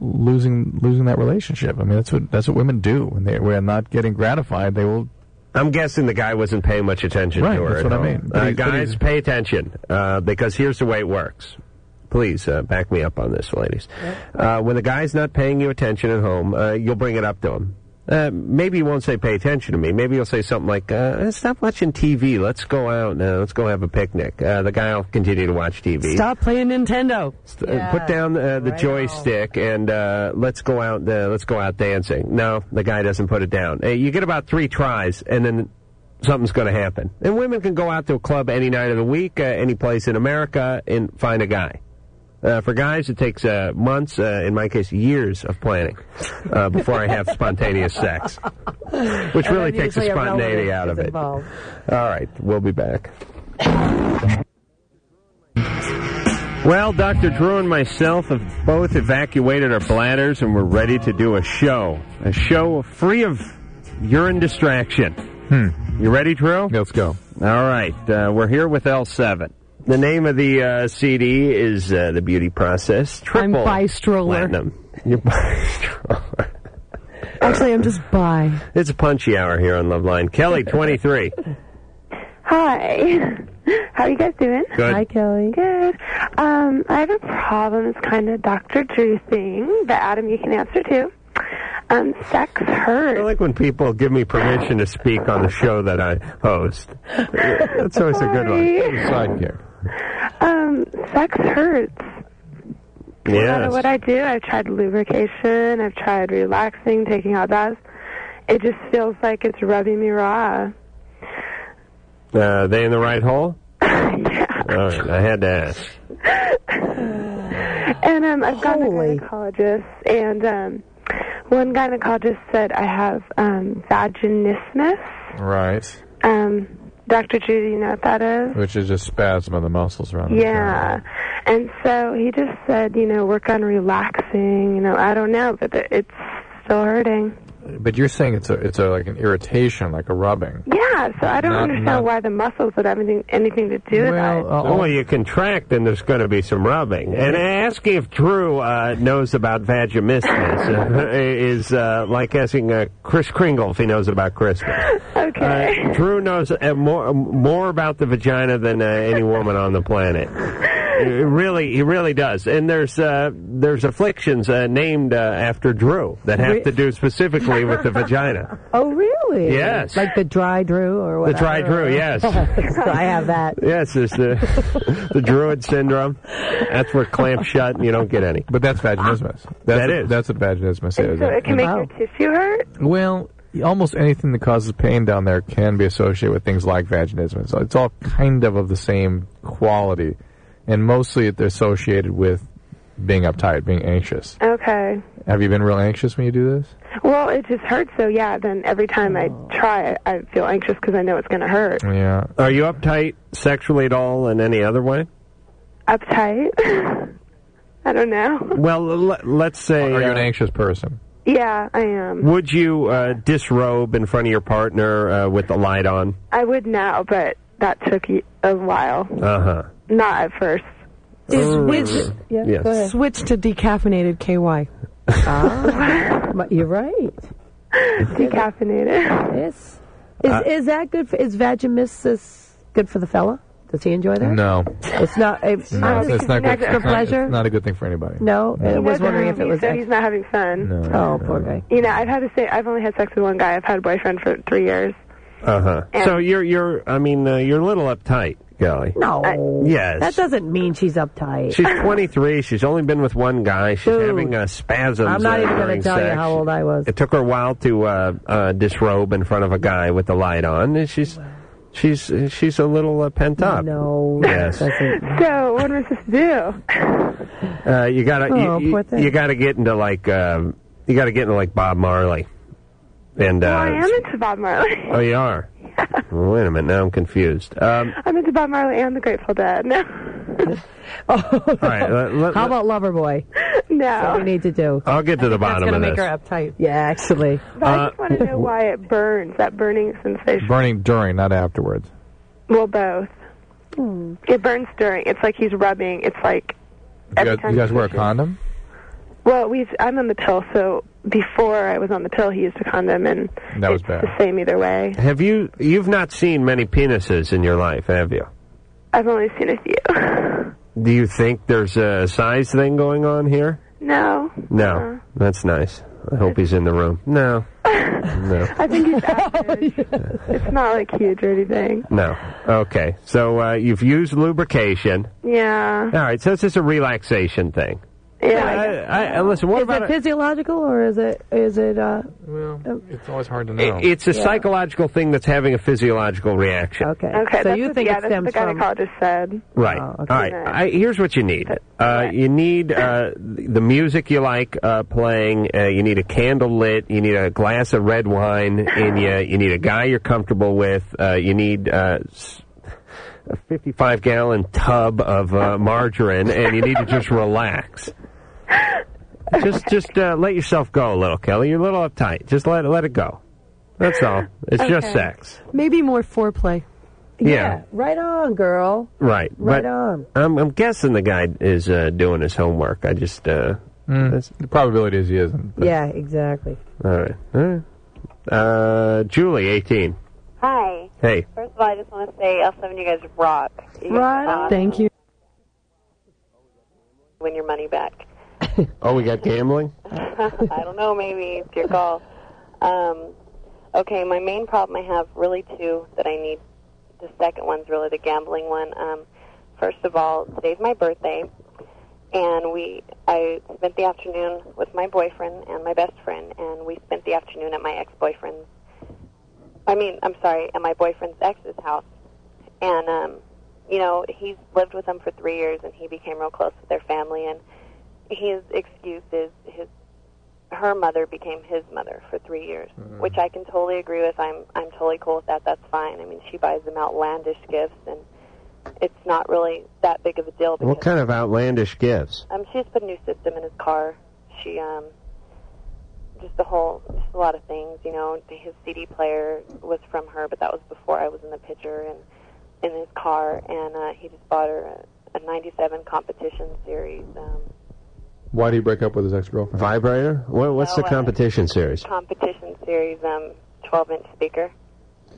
losing losing that relationship. I mean, that's what that's what women do when they when not getting gratified. They will
I'm guessing the guy wasn't paying much attention
Right,
to her.
that's
at
what I
all.
mean. But
Uh,
he's- but
guys,
he's-
pay attention uh, because here's the way it works. Please uh, back me up on this, ladies. Uh, when the guy's not paying you attention at home, uh, you'll bring it up to him. Uh, maybe you won't say "pay attention to me." Maybe you'll say something like, uh, "Stop watching TV. Let's go out. Uh, let's go have a picnic." Uh, the guy will continue to watch TV.
Stop playing Nintendo.
Uh, Put down uh, the joystick and uh, let's go out. Uh, let's go out dancing. No, the guy doesn't put it down. Uh, you get about three tries, and then something's going to happen. And women can go out to a club any night of the week, uh, any place in America, and find a guy. Uh, for guys, it takes uh, months, uh, in my case, years of planning uh, before I have spontaneous sex, which
And
really
then
takes the
usually a relative
spontaneity out of
is
it. All
involved.
right, we'll be back. Well, Dr. Drew and myself have both evacuated our bladders and we're ready to do a show. A show free of urine distraction. Hmm. You ready, Drew? Let's go. All right. Uh, we're here with L7. The name of the uh, CD is uh, The Beauty Process. Triple
I'm bi-stroller.
Platinum. You're bi-stroller.
Actually, I'm just bi.
It's a punchy hour here on Love Line. Kelly, 23.
Hi. How are you guys doing?
Good. Hi,
Kelly. Good. Um, I have a problem. It's kind of Dr. Drew thing that Adam you can answer to. Um, sex hurts.
I like when people give me permission to speak on the show that I host. That's always a good one. Sidekick.
Um, sex hurts. No matter
Yes.
what I do, I've tried lubrication, I've tried relaxing, taking out baths. It just feels like it's rubbing me raw.
Uh, they in the right hole? All right, I had to ask.
And um, I've gone to gynecologists, and um, one gynecologist said I have um, vaginismus.
Right.
Um, Dr. Drew, do you know what that is?
Which is just spasm of the muscles around the
Yeah. And so he just said, you know, work on relaxing. You know, I don't know, but it- it's still hurting.
But you're saying it's a it's a like an irritation, like a rubbing.
Yeah, so I don't
Not-
understand
not-
why the muscles would have anything, anything to do with that.
Oh,
uh,
well, you contract and there's going to be some rubbing. And asking if Drew uh, knows about vaginismus uh, is uh, like asking uh, Chris Kringle if he knows about Christmas. Okay. Drew knows uh, more more about the vagina than uh, any woman on the planet. He really, he really does. And there's uh, there's afflictions uh, named uh, after Drew that have to do specifically with the vagina.
Oh, really?
Yes.
Like the dry Drew or
The
whatever.
dry Drew, yes.
I have that.
Yes, it's the the druid syndrome. That's where clamp shut and you don't get any. But that's vaginismus. That's
That is. That's what vaginismus is.
So it can make your tissue hurt?
Well, almost anything that causes pain down there can be associated with things like vaginismus. So It's all kind of of the same quality, and mostly they're associated with being uptight, being anxious.
oh.
Okay.
Have you been real anxious when you do this?
Well, it just hurts, so yeah, then every time I
Oh.
try it, I feel anxious because I know it's going to hurt.
Yeah.
Are you uptight sexually at all in any other way?
Uptight? I don't know.
Well, l- let's say. Are you an
anxious person?
Yeah, I am.
Would you uh, disrobe in front of your partner uh, with the light on?
I would now, but that took y- a while.
Uh huh.
Not at first.
Is
Ooh.
which
Yeah, Yes. go ahead.
switch to decaffeinated KY.
Ah, you're right.
Decaffeinated.
Yes. Is
Uh,
is that good? For, is vaginismus good for the fella? Does he enjoy that?
No.
It's not. It's
No,
not,
Um,
it's, it's not good.
extra
it's not- it's
pleasure.
not a good thing for anybody.
no, I was wondering if it was.
So he's not having fun.
No,
oh, poor guy.
You know, I've had to say I've only had sex with one guy. I've had a boyfriend for three years.
Uh huh. So you're you're I mean uh, you're a little uptight, Kelly.
No.
Yes.
That doesn't mean she's uptight.
She's 23. She's only been with one guy. She's having uh, spasms.
I'm not
uh,
even going
during
to tell you
sex.
how old I was.
It took her a while to uh, uh, disrobe in front of a guy with the light on, and she's she's she's a little uh, pent up.
No,
yes,
So what am I supposed to do?
uh, you gotta
Oh,
you,
poor
you,
thing.
you gotta get into like um you gotta get into like Bob Marley, and
Oh,
well, I
uh,
am into Bob Marley.
oh you are. Well, wait a minute, now I'm confused. Um,
I'm into Bob Marley and the Grateful Dead.
all
No,
right, let, let,
Oh. How about Loverboy?
no.
What do we need to do?
I'll get to the bottom of this. Uh,
uptight. Yeah, actually. uh,
But I just want to know why it burns. That burning sensation.
Burning during, not afterwards.
Well, both.
Hmm.
It burns during. It's like he's rubbing. It's like
You guys, you guys wear a condom?
well, we've. I'm on the pill, so before I was on the pill, he used a condom, and
That was
it's the same either way.
Have you you've not seen many penises in your life, have you?
I've only seen a few.
Do you think there's a size thing going on here?
No,
No, that's nice. I hope he's in the room. No, no.
I think he's average. It's not like huge or anything.
No. Okay. So uh, you've used lubrication.
Yeah.
Uh-huh.
All right. So it's just a relaxation thing.
Yeah,
I, I, listen. What
is
about
it
a-
physiological or is it is it? Uh,
It's always hard to
It- it's a
Yeah.
psychological thing that's having a physiological reaction.
Okay.
Okay,
So
that's
you
what-
think
yeah,
it
that's
stems
what the
from?
gynecologist said.
Right. All right. I, here's what you need. Uh, you need uh, the music you like uh, playing. Uh, you need a candle lit. You need a glass of red wine in you. You need a guy you're comfortable with. Uh, you need uh, s- a 55 gallon tub of uh, margarine, and you need to just relax. Just, just uh, let yourself go a little, Kelly. You're a little uptight. Just let, let it go. That's all. It's just
Okay.
sex.
Maybe more foreplay.
yeah.
Right on, girl.
Right.
Right
but
on.
I'm, I'm guessing the guy is uh, doing his homework. I just. Uh,
Mm, the probability is he isn't.
Yeah, exactly.
All right. All right. Uh, Julie, 18.
Hi.
Hey.
First of all, I just want to say, L7, you guys rock. You guys
Right
rock.
on. Thank you.
Win your money back.
Oh, we got gambling?
I don't know, maybe it's your call. Um, okay, my main problem I have really two that I need. The second one's really the gambling one. Um, first of all, today's my birthday, and we I spent the afternoon with my boyfriend and my best friend, and we spent the afternoon at my ex-boyfriend's. I mean, I'm sorry, at my boyfriend's ex's house, and um, you know he's lived with them for three years, and he became real close with their family, and his excuse is his her mother became his mother for three years, which I can totally agree with. I'm I'm totally cool with that. That's fine. I mean, she buys them outlandish gifts, and it's not really that big of a deal.
What kind of outlandish gifts?
Um, she just put a new system in his car. She um, just a whole, just a lot of things. You know, his CD player was from her, but that was before I was in the picture and in his car. And uh, he just bought her a, a '97 competition series. Um,
Why do you break up with his ex-girlfriend?
Vibrator? What, what's the
No, uh,
competition series?
Competition series, um, 12-inch speaker.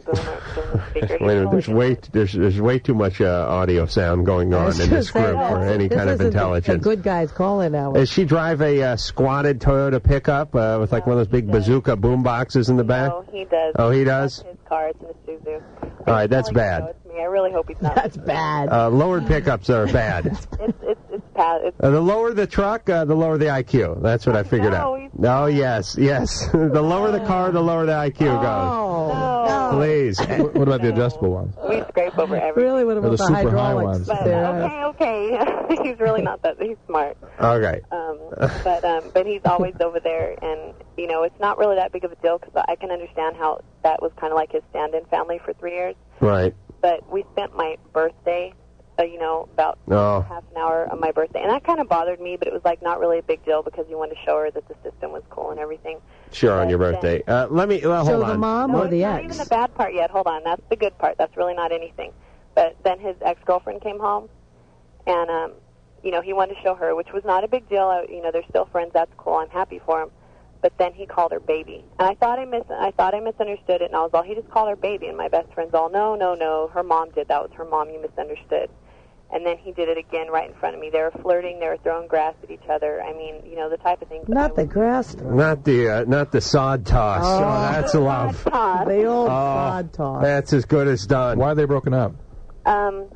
Boomer, boomer speaker.
Wait a minute. There's way, there's, there's way too much uh, audio sound going on in this group for any
This
kind of
isn't the-
intelligence.
A good guy's calling hour.
Does she drive a uh, squatted Toyota pickup uh, with like one of those big bazooka boom boxes in the back?
No, he does.
Oh, he does?
That's his car. It's an Isuzu.
All right, that's
So
bad.
it's Oh, me. I really hope he's not.
That's bad.
Uh, lowered pickups are bad.
It's it's it's bad. It's
Uh, the lower the truck, uh, the lower the IQ. That's what I figured out. Oh, yes, yes. the lower the car, the lower the IQ goes. Please.
What about the adjustable ones?
we scrape over everything.
Uh, Really, what
Or the
about the
super high
hydraulics?
ones.
But okay, okay. he's really not that. He's smart.
Okay.
Um, but um, but he's always over there, and you know it's not really that big of a deal because I can understand how that was kind of like his stand-in family for three years.
Right.
But we spent my birthday, uh, you know, about
Oh.
half an hour on my birthday, and that kind of bothered me. But it was like not really a big deal because you wanted to show her that the system was cool and everything.
Sure, on your birthday. Uh, let me, well, hold on.
no, it's not even the bad part yet. Hold on, that's the good part. That's really not anything. But then his ex-girlfriend came home, and um, you know he wanted to show her, which was not a big deal. I, you know they're still friends. That's cool. I'm happy for him. But then he called her baby, and I thought I mis I thought I misunderstood it, and I was all he just called her baby, and my best friends all no no no her mom did that was her mom you misunderstood, and then he did it again right in front of me. They were flirting, they were throwing grass at each other. I mean you know the type of things.
Not the grass.
Not the, uh, not the sod toss. Oh, that's love.
They all
Oh,
sod talk.
That's as good as done. Why
are they broken up?
Um,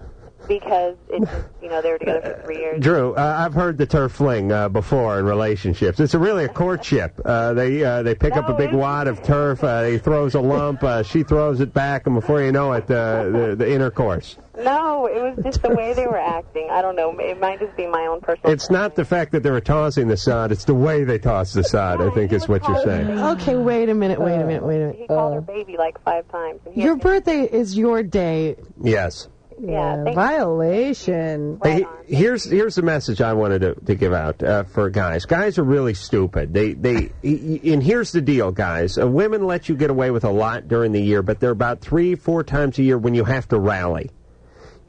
because it just you know they were together for three years.
Drew, uh, I've heard the turf fling uh, before in relationships. It's a, really a courtship. Uh, they uh, they pick up a big wad of turf. Uh, he throws a lump. Uh, she throws it back, and before you know it, uh, the the intercourse.
No, it was just the way they were acting. I don't know. It might just be my own personal.
It's not the fact that they were tossing the sod; it's the way they toss the sod. I think is what you're saying.
Okay, wait a minute, wait a minute, wait a minute. Uh,
He called her baby like five times. And he
Your birthday is your day.
Yes.
Yeah,
violation.
Hey, here's here's the message I wanted to, to give out uh, for guys. Guys are really stupid. They they y- y- and here's the deal, guys. Uh, women let you get away with a lot during the year, but they're about three four times a year when you have to rally.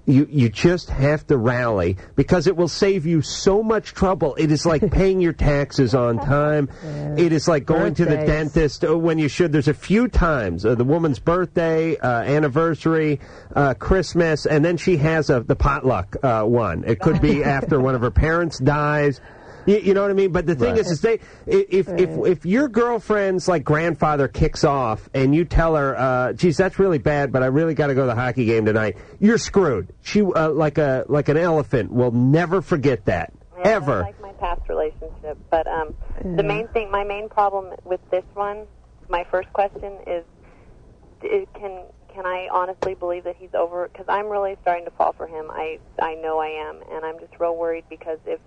You you just have to rally because it will save you so much trouble. It is like paying your taxes on time. It is like going to the
Birthdays.
dentist dentist uh, when you should. There's a few times uh, the woman's birthday, uh, anniversary, uh, Christmas, and then she has a, the potluck uh, one. It could be after one of her parents dies. You, you know what I mean? But the thing
Right.
is, is they i- if, if if your girlfriend's like grandfather kicks off and you tell her, uh, "Geez, that's really bad," but I really got to go to the hockey game tonight. You're screwed. She uh, like a like an elephant will never forget that.
I
Ever.
like my past relationship, but um, the main thing, my main problem with this one, my first question is, d can can I honestly believe that he's over? Because I'm really starting to fall for him. I I know I am, and I'm just real worried because if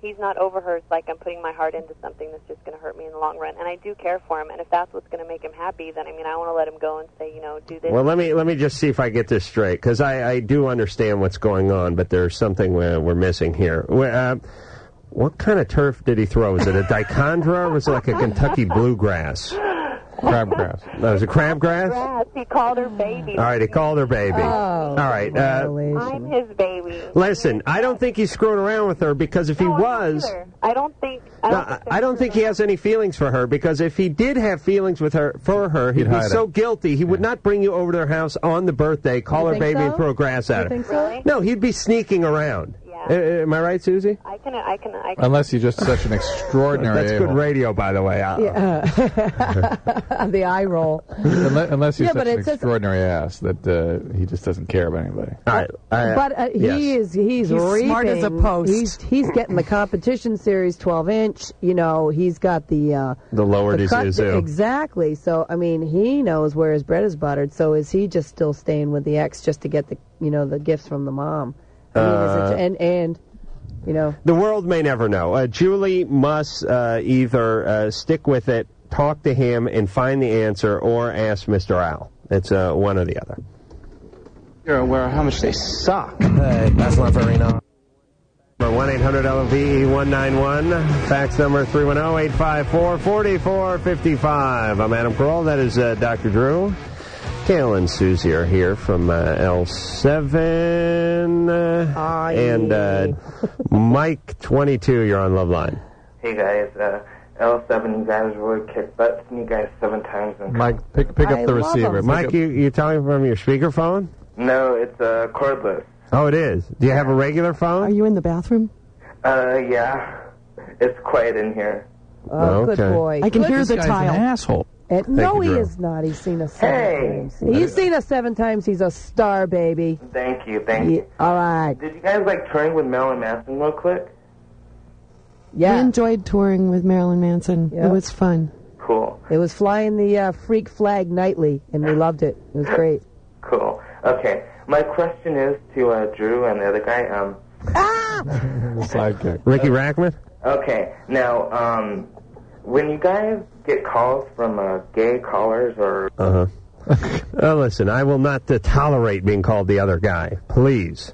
he's not over her, it's like I'm putting my heart into something that's just going to hurt me in the long run. And I do care for him, and if that's what's going to make him happy, then I mean, I want to let him go and say, you know, do this.
Well, let me let me just see if I get this straight because I, I do understand what's going on, but there's something we're, we're missing here. Well, Uh, what kind of turf did he throw? Was it a dichondra or was it like a Kentucky bluegrass? Crabgrass. That was a crabgrass.
Grass. He called her baby. Oh,
All right, he called her baby. All right. Uh,
I'm his baby.
listen, I don't think he's screwing around with her because if he was,
I don't think.
No, I I don't think he has any feelings for her because if he did have feelings with her for her, he'd,
He'd
be
hide
so guilty. He would not bring you over to her house on the birthday, call
You
her
think
baby, and
so?
throw grass at
You
her.
think so? Really?
No, he'd be sneaking around. Uh, uh, am I right, Susie?
I can. I can. I can.
Unless you're just such an extraordinary.
That's good radio, by the way. Uh,
Yeah. the eye roll.
Unless, unless he's
Yeah, but
such an
it says-
extraordinary ass that uh, he just doesn't care about anybody.
but uh, he is he's,
He's smart as a
reaping.
post.
He's he's getting the competition series 12 inch. You know he's got the uh,
The lower
the cut-
Isuzu.
exactly. So I mean he knows where his bread is buttered. So is he just still staying with the ex just to get the you know the gifts from the mom? I mean, is
Uh,
it, and and you know
The world may never know. Uh, Julie must uh, either uh, stick with it, talk to him, and find the answer, or ask Mr. Al. It's uh, one or the other.
You're aware of how much they suck. Uh, that's not very nice.
Number 1-800-LVE-191, fax number 310-854-4455. I'm Adam Kroll, that is uh, Dr. Drew. Gail and Susie are here from uh, L7. uh, and uh, Mike, 22, you're on Love Line.
Hey guys, uh, L7, you guys really kick butt. You guys seven times. And
Mike, pick, pick up the receiver.
Mike, you, you talking from your speakerphone?
No, it's uh, cordless.
Oh, it is. Do you have a regular phone? Are
you in the bathroom?
Uh, yeah, it's quiet in here.
Oh, good Okay. boy. I can Good. hear the This guy's an tile.
asshole.
and, no
you,
he
Drew.
is not. He's seen us seven
Hey.
times. He's seen us seven times. He's a star baby.
Thank you, thank
Yeah,
you.
all right.
Did you guys like touring with Marilyn Manson real quick?
Yeah.
We enjoyed touring with Marilyn Manson.
Yeah.
It was fun.
Cool,
It was flying the uh, freak flag nightly, and we loved it. It was great.
cool. Okay, my question is to uh, Drew and the other guy. Um,
Sidekick.
Ricky Rackman?
Okay, now, um, when you guys get calls from uh, gay callers or
Uh-huh. uh, listen, I will not uh, tolerate being called the other guy. Please.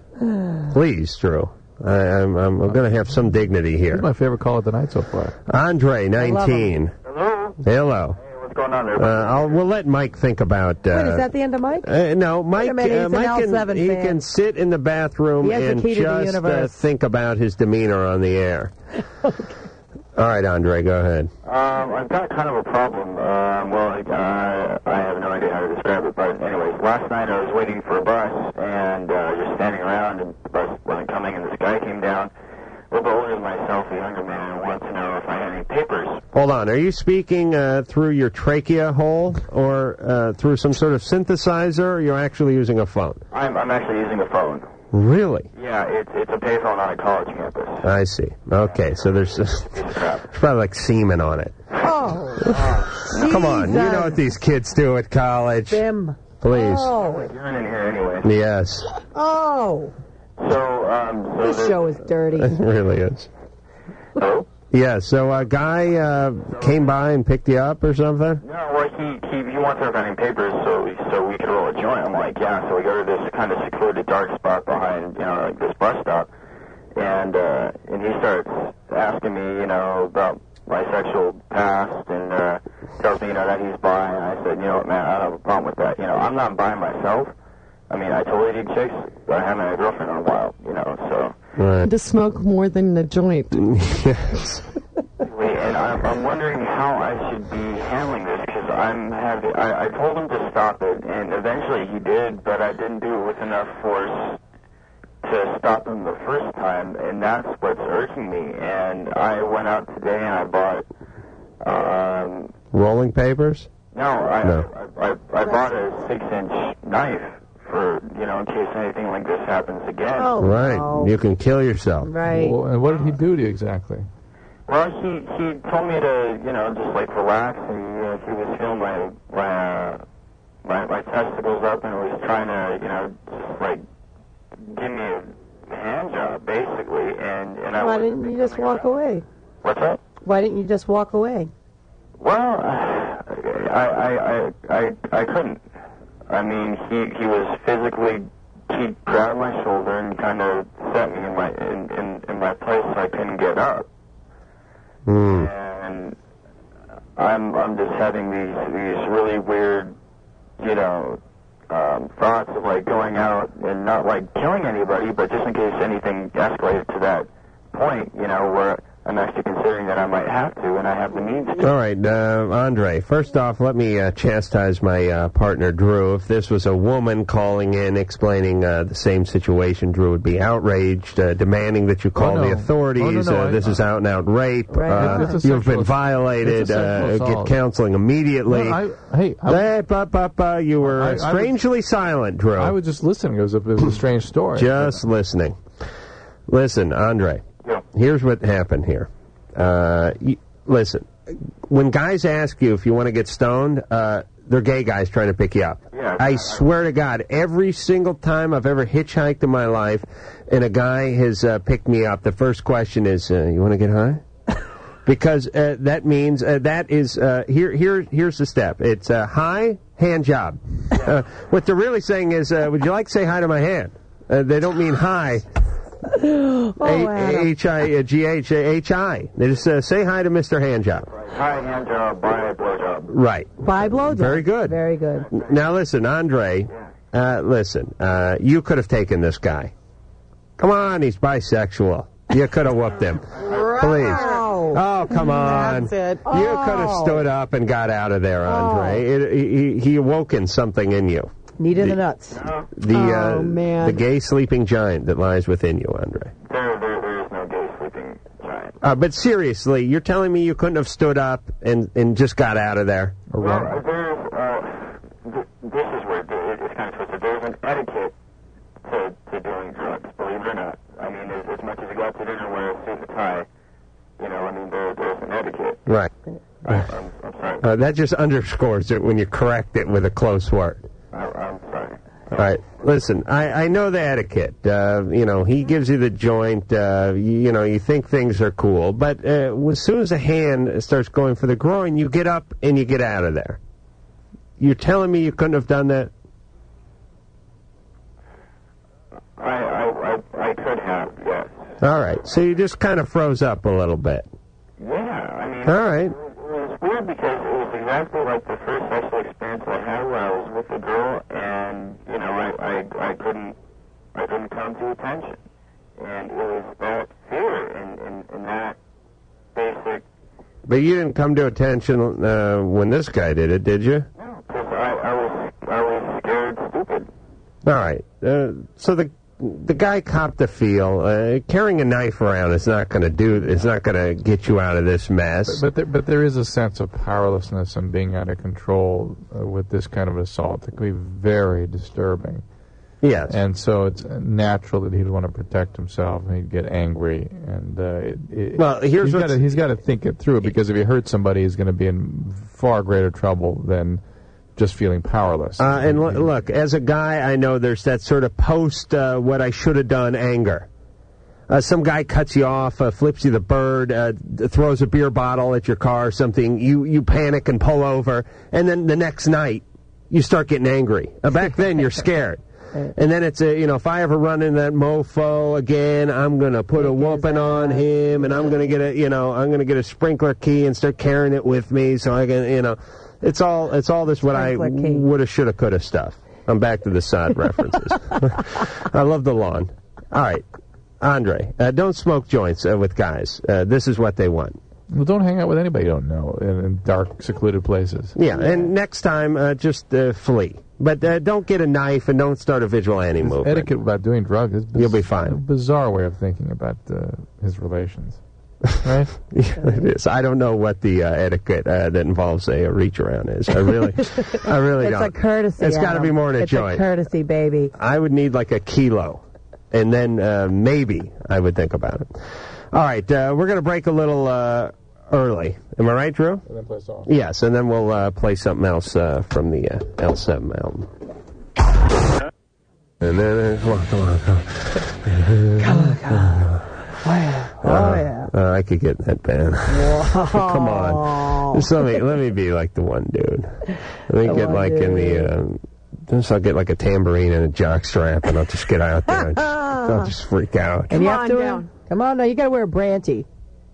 Please, Drew. I, I'm, I'm, I'm going to have some dignity here.
My favorite call of the night so far.
Andre,
love him.
19.
Hello.
Hello.
what's going on
Uh, I'll, we'll let Mike think about. Uh,
Wait, is that the end of Mike?
uh, no,
Wait
Mike.
a minute,
uh,
he's
Mike
an
can
L7
he
fan.
can sit in the bathroom
He has the
and
key to the
just uh,
universe.
think about his demeanor on the air. All right, Andre, go ahead.
Um, I've got kind of a problem. Um, well, I, I have no idea how to describe it, but anyways, last night I was waiting for a bus and uh, just standing around, and the bus wasn't coming, and this guy came down. A little bit older than myself, a younger man, and wanted to know if I had any papers.
Hold on. Are you speaking uh, through your trachea hole or uh, through some sort of synthesizer? Or you're actually using a phone.
I'm, I'm actually using a phone.
Really?
Yeah, it's it's a payphone on a college campus.
I see. Okay, so there's just, it's probably like semen on it.
Oh,
Come on, you know
Jesus.
what these kids do at college.
Bim.
Please.
Oh,
You're in here anyway.
Yes,
oh.
So, um, so
this show is dirty.
it really is. Yeah, so a guy uh, came by and picked you up or something?
No, well, he, he, he wants our vending papers so so we could roll a joint. I'm like, yeah. So we go to this kind of secluded, dark spot behind, you know, like this bus stop, and uh, and he starts asking me, you know, about my sexual past and uh, tells me, you know, that he's bi. And I said, you know what, man, I don't have a problem with that. You know, I'm not bi myself. I mean, I totally did chicks, but I haven't had a girlfriend in a while, you know. So
To smoke more than a joint.
yes.
Wait, and I'm, I'm wondering how I should be handling this because I'm having. I, I told him to stop it, and eventually he did, but I didn't do it with enough force to stop him the first time, and that's what's irking me. And I went out today and I bought. Um,
Rolling papers?
no, I
No.
I, I, I bought a six-inch knife for you you know, in case anything like this happens again.
Oh,
right. You can kill yourself.
oh, Right.
Well, and what did he do to you exactly?
Well, he he told me to you know just like relax, and you know, he was feeling my my uh, my my testicles up, and was trying to you know just like give me a hand job basically, and and I
Why
was
didn't you just walk away?
what's up?
Why didn't you just walk away?
Well, I I I I I couldn't. I mean, he he was physically he grabbed my shoulder and kind of set me in my in, in in my place, so I couldn't get up.
Hmm.
And I'm I'm just having these these really weird, you know, um, thoughts of like going out and not like killing anybody, but just in case anything escalated to that point, you know, where I'm actually considering that I might have to, and I have the means to.
All right, uh, Andre. First off, let me uh, chastise my uh, partner Drew. If this was a woman calling in explaining uh, the same situation, Drew would be outraged, uh, demanding that you call
Oh, no.
the authorities.
Oh, no, no,
uh,
I-
this is out and out rape.
Right.
Uh,
It's a
you've
sexual-
been violated.
it's a sexual
Uh, get
assault.
counseling immediately.
No, I- hey, I-
Hey, ba, ba, ba, you were
I- I
uh,
was-
strangely silent, Drew.
I was just listening. It was a, it was a strange story.
Just listening. Listen, Andre. Here's what happened here. Uh, you, listen, when guys ask you if you want to get stoned, uh, they're gay guys trying to pick you up. I swear to God, every single time I've ever hitchhiked in my life, and a guy has uh, picked me up, the first question is, uh, "You want to get high?" because uh, that means uh, that is uh, here. Here, here's the step. It's a high hand job. Uh, what they're really saying is, uh, would you like to say hi to my hand? Uh, they don't mean hi.
Oh, Adam.
H I G H H I. They just uh, say hi to Mr. Handjob.
Hi, hand job, bye, blow job.
Right.
By blowjob.
Very good.
Very good.
Now listen, Andre. Uh, listen, uh, you could have taken this guy. Come on, he's bisexual. You could have whooped him. Please. Oh, come on.
That's it.
You could have
Oh.
stood up and got out of there, Andre. It, he, he awoken something in you.
Need in the nuts.
The
oh,
uh,
man.
the gay sleeping giant that lies within you, Andre.
There, there, there is no gay sleeping giant.
Uh, but seriously, you're telling me you couldn't have stood up and, and just got out of there?
Well, there's, uh, th- this is where it, it's kind of twisted. There's an etiquette to, to doing drugs, believe it or not. I mean, as, as much as you go out to dinner, wear a suit and tie, you know, I mean, there, there's an etiquette.
Right.
I, I'm, I'm sorry.
Uh, that just underscores it when you correct it with a close word.
I, I'm sorry.
All right. Listen, I, I know the etiquette. Uh, you know, he gives you the joint. Uh, you, you know, you think things are cool, but uh, as soon as the hand starts going for the groin, you get up and you get out of there. You're telling me you couldn't have done that?
I, I, I, I could have, yes.
All right. So you just kind of froze up a little bit.
Yeah, I mean,
All right.
it was weird because it was exactly like the first sexual experience I had where I was with a girl and, you know, I, I, I couldn't, I couldn't come to attention. And it was that fear and, and, and that basic,
But you didn't come to attention uh, when this guy did it, did you?
because I, I was, I was scared stupid.
All right. Uh, so the the guy copped a feel. Uh, carrying a knife around is not going to do. It's not going to get you out of this mess.
But there, but there is a sense of powerlessness and being out of control uh, with this kind of assault that can be very disturbing.
Yes.
And so it's natural that he'd want to protect himself and he'd get angry. And uh, it, it,
Well, here's
he's
what's-
gotta, he's got to think it through because if he hurts somebody, he's going to be in far greater trouble than just feeling powerless.
Uh, and l- look, as a guy, I know there's that sort of post uh, what I should have done anger. Uh, some guy cuts you off, uh, flips you the bird, uh, th- throws a beer bottle at your car, or something. You you panic and pull over, and then the next night you start getting angry. Uh, back then you're scared, and then it's a, you know if I ever run into that mofo again, I'm gonna put a whooping on him, and I'm gonna get a you know I'm gonna get a sprinkler key and start carrying it with me so I can you know it's all it's all this what I would have should have could have stuff. I'm back to the sod references. I love the lawn. All right, Andre, uh, don't smoke joints uh, with guys. Uh, this is what they want.
Well, don't hang out with anybody you don't know in, in dark, secluded places.
Yeah, and next time, uh, just uh, flee. But uh, don't get a knife and don't start a vigilante movement.
Etiquette about doing drugs is
You'll be fine.
bizarre way of thinking about uh, his relations. right?
Yeah, it is. I don't know what the uh, etiquette uh, that involves a, reach around is. I really, I really
it's
don't.
a courtesy.
It's got to
Adam.
be more than a
it's
joint.
a courtesy, baby.
I would need like a kilo, and then uh, maybe I would think about it. All right, uh, we're going to break a little uh, early. Am I right, Drew?
And then play a song.
Yes, and then we'll uh, play something else uh, from the uh, L7 album. And then, uh, come on, come on, come on. Come on, come on.
Oh, yeah.
Uh, I could get in that band. Come on. Just let me let me be like the one dude. Let me
The
get
one
like in the um, just I'll get like a tambourine and a jock strap and I'll just get out there and just, I'll just freak out.
And you have to wear, come on now. You got to wear a branty.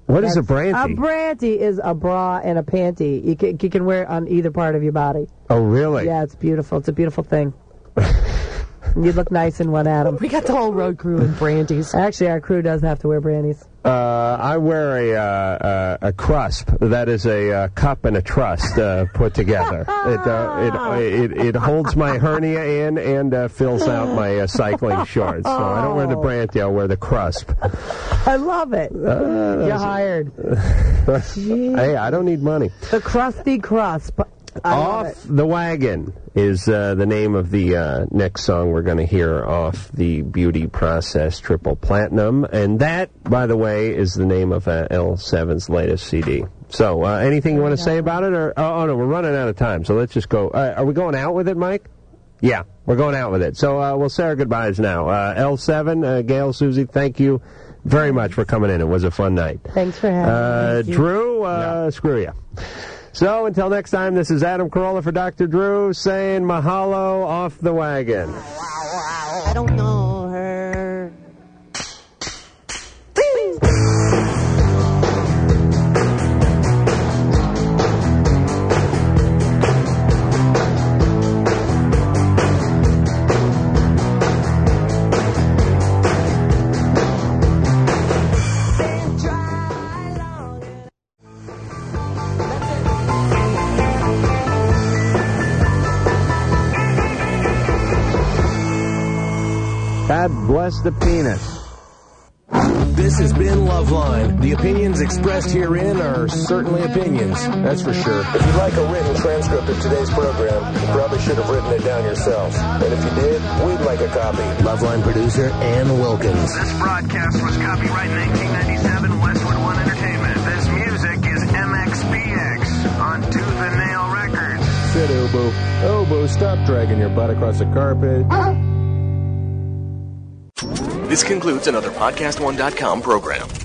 What is a
A
brandy?
branty is a bra and a panty. You can, you can wear it on either part of your body.
oh really?
Yeah, it's beautiful. It's a beautiful thing. you look nice in one, Adam. We got the whole road crew in brandies. Actually, our crew does have to wear brandies.
Uh, I wear a uh, uh, a crusp. That is a uh, cup and a trust uh, put together. It, uh, it it it holds my hernia in and uh, fills out my uh, cycling shorts. So I don't wear the brandy. I wear the crusp. Uh,
I love it. You're hired.
hey, I don't need money.
The crusty crusp. I love it.
Off the Wagon is uh, the name of the uh, next song we're going to hear off the Beauty Process Triple Platinum. And that, by the way, is the name of uh, L7's latest CD. So, uh, anything you want to say about it? Or oh, oh, no, we're running out of time, so let's just go. Uh, are we going out with it, Mike? Yeah, we're going out with it. So uh, we'll say our goodbyes now. Uh, L7, uh, Gail, Susie, thank you very much for coming in. It was a fun night.
Thanks for having me.
Uh,
Thank you.
Drew, uh, screw you. So until next time, this is Adam Carolla for Dr. Drew saying mahalo off the wagon.
I don't know her.
God bless the penis.
This has been Loveline. The opinions expressed herein are certainly opinions, that's for sure. If you'd like a written transcript of today's program, you probably should have written it down yourself. And if you did, we'd like a copy. Loveline producer Ann Wilkins.
This broadcast was copyright 1997 Westwood One Entertainment. This music is MXPX on Tooth and Nail Records.
Sit, Obo. Obo, Oh, stop dragging your butt across the carpet.
This concludes another PodcastOne.com program.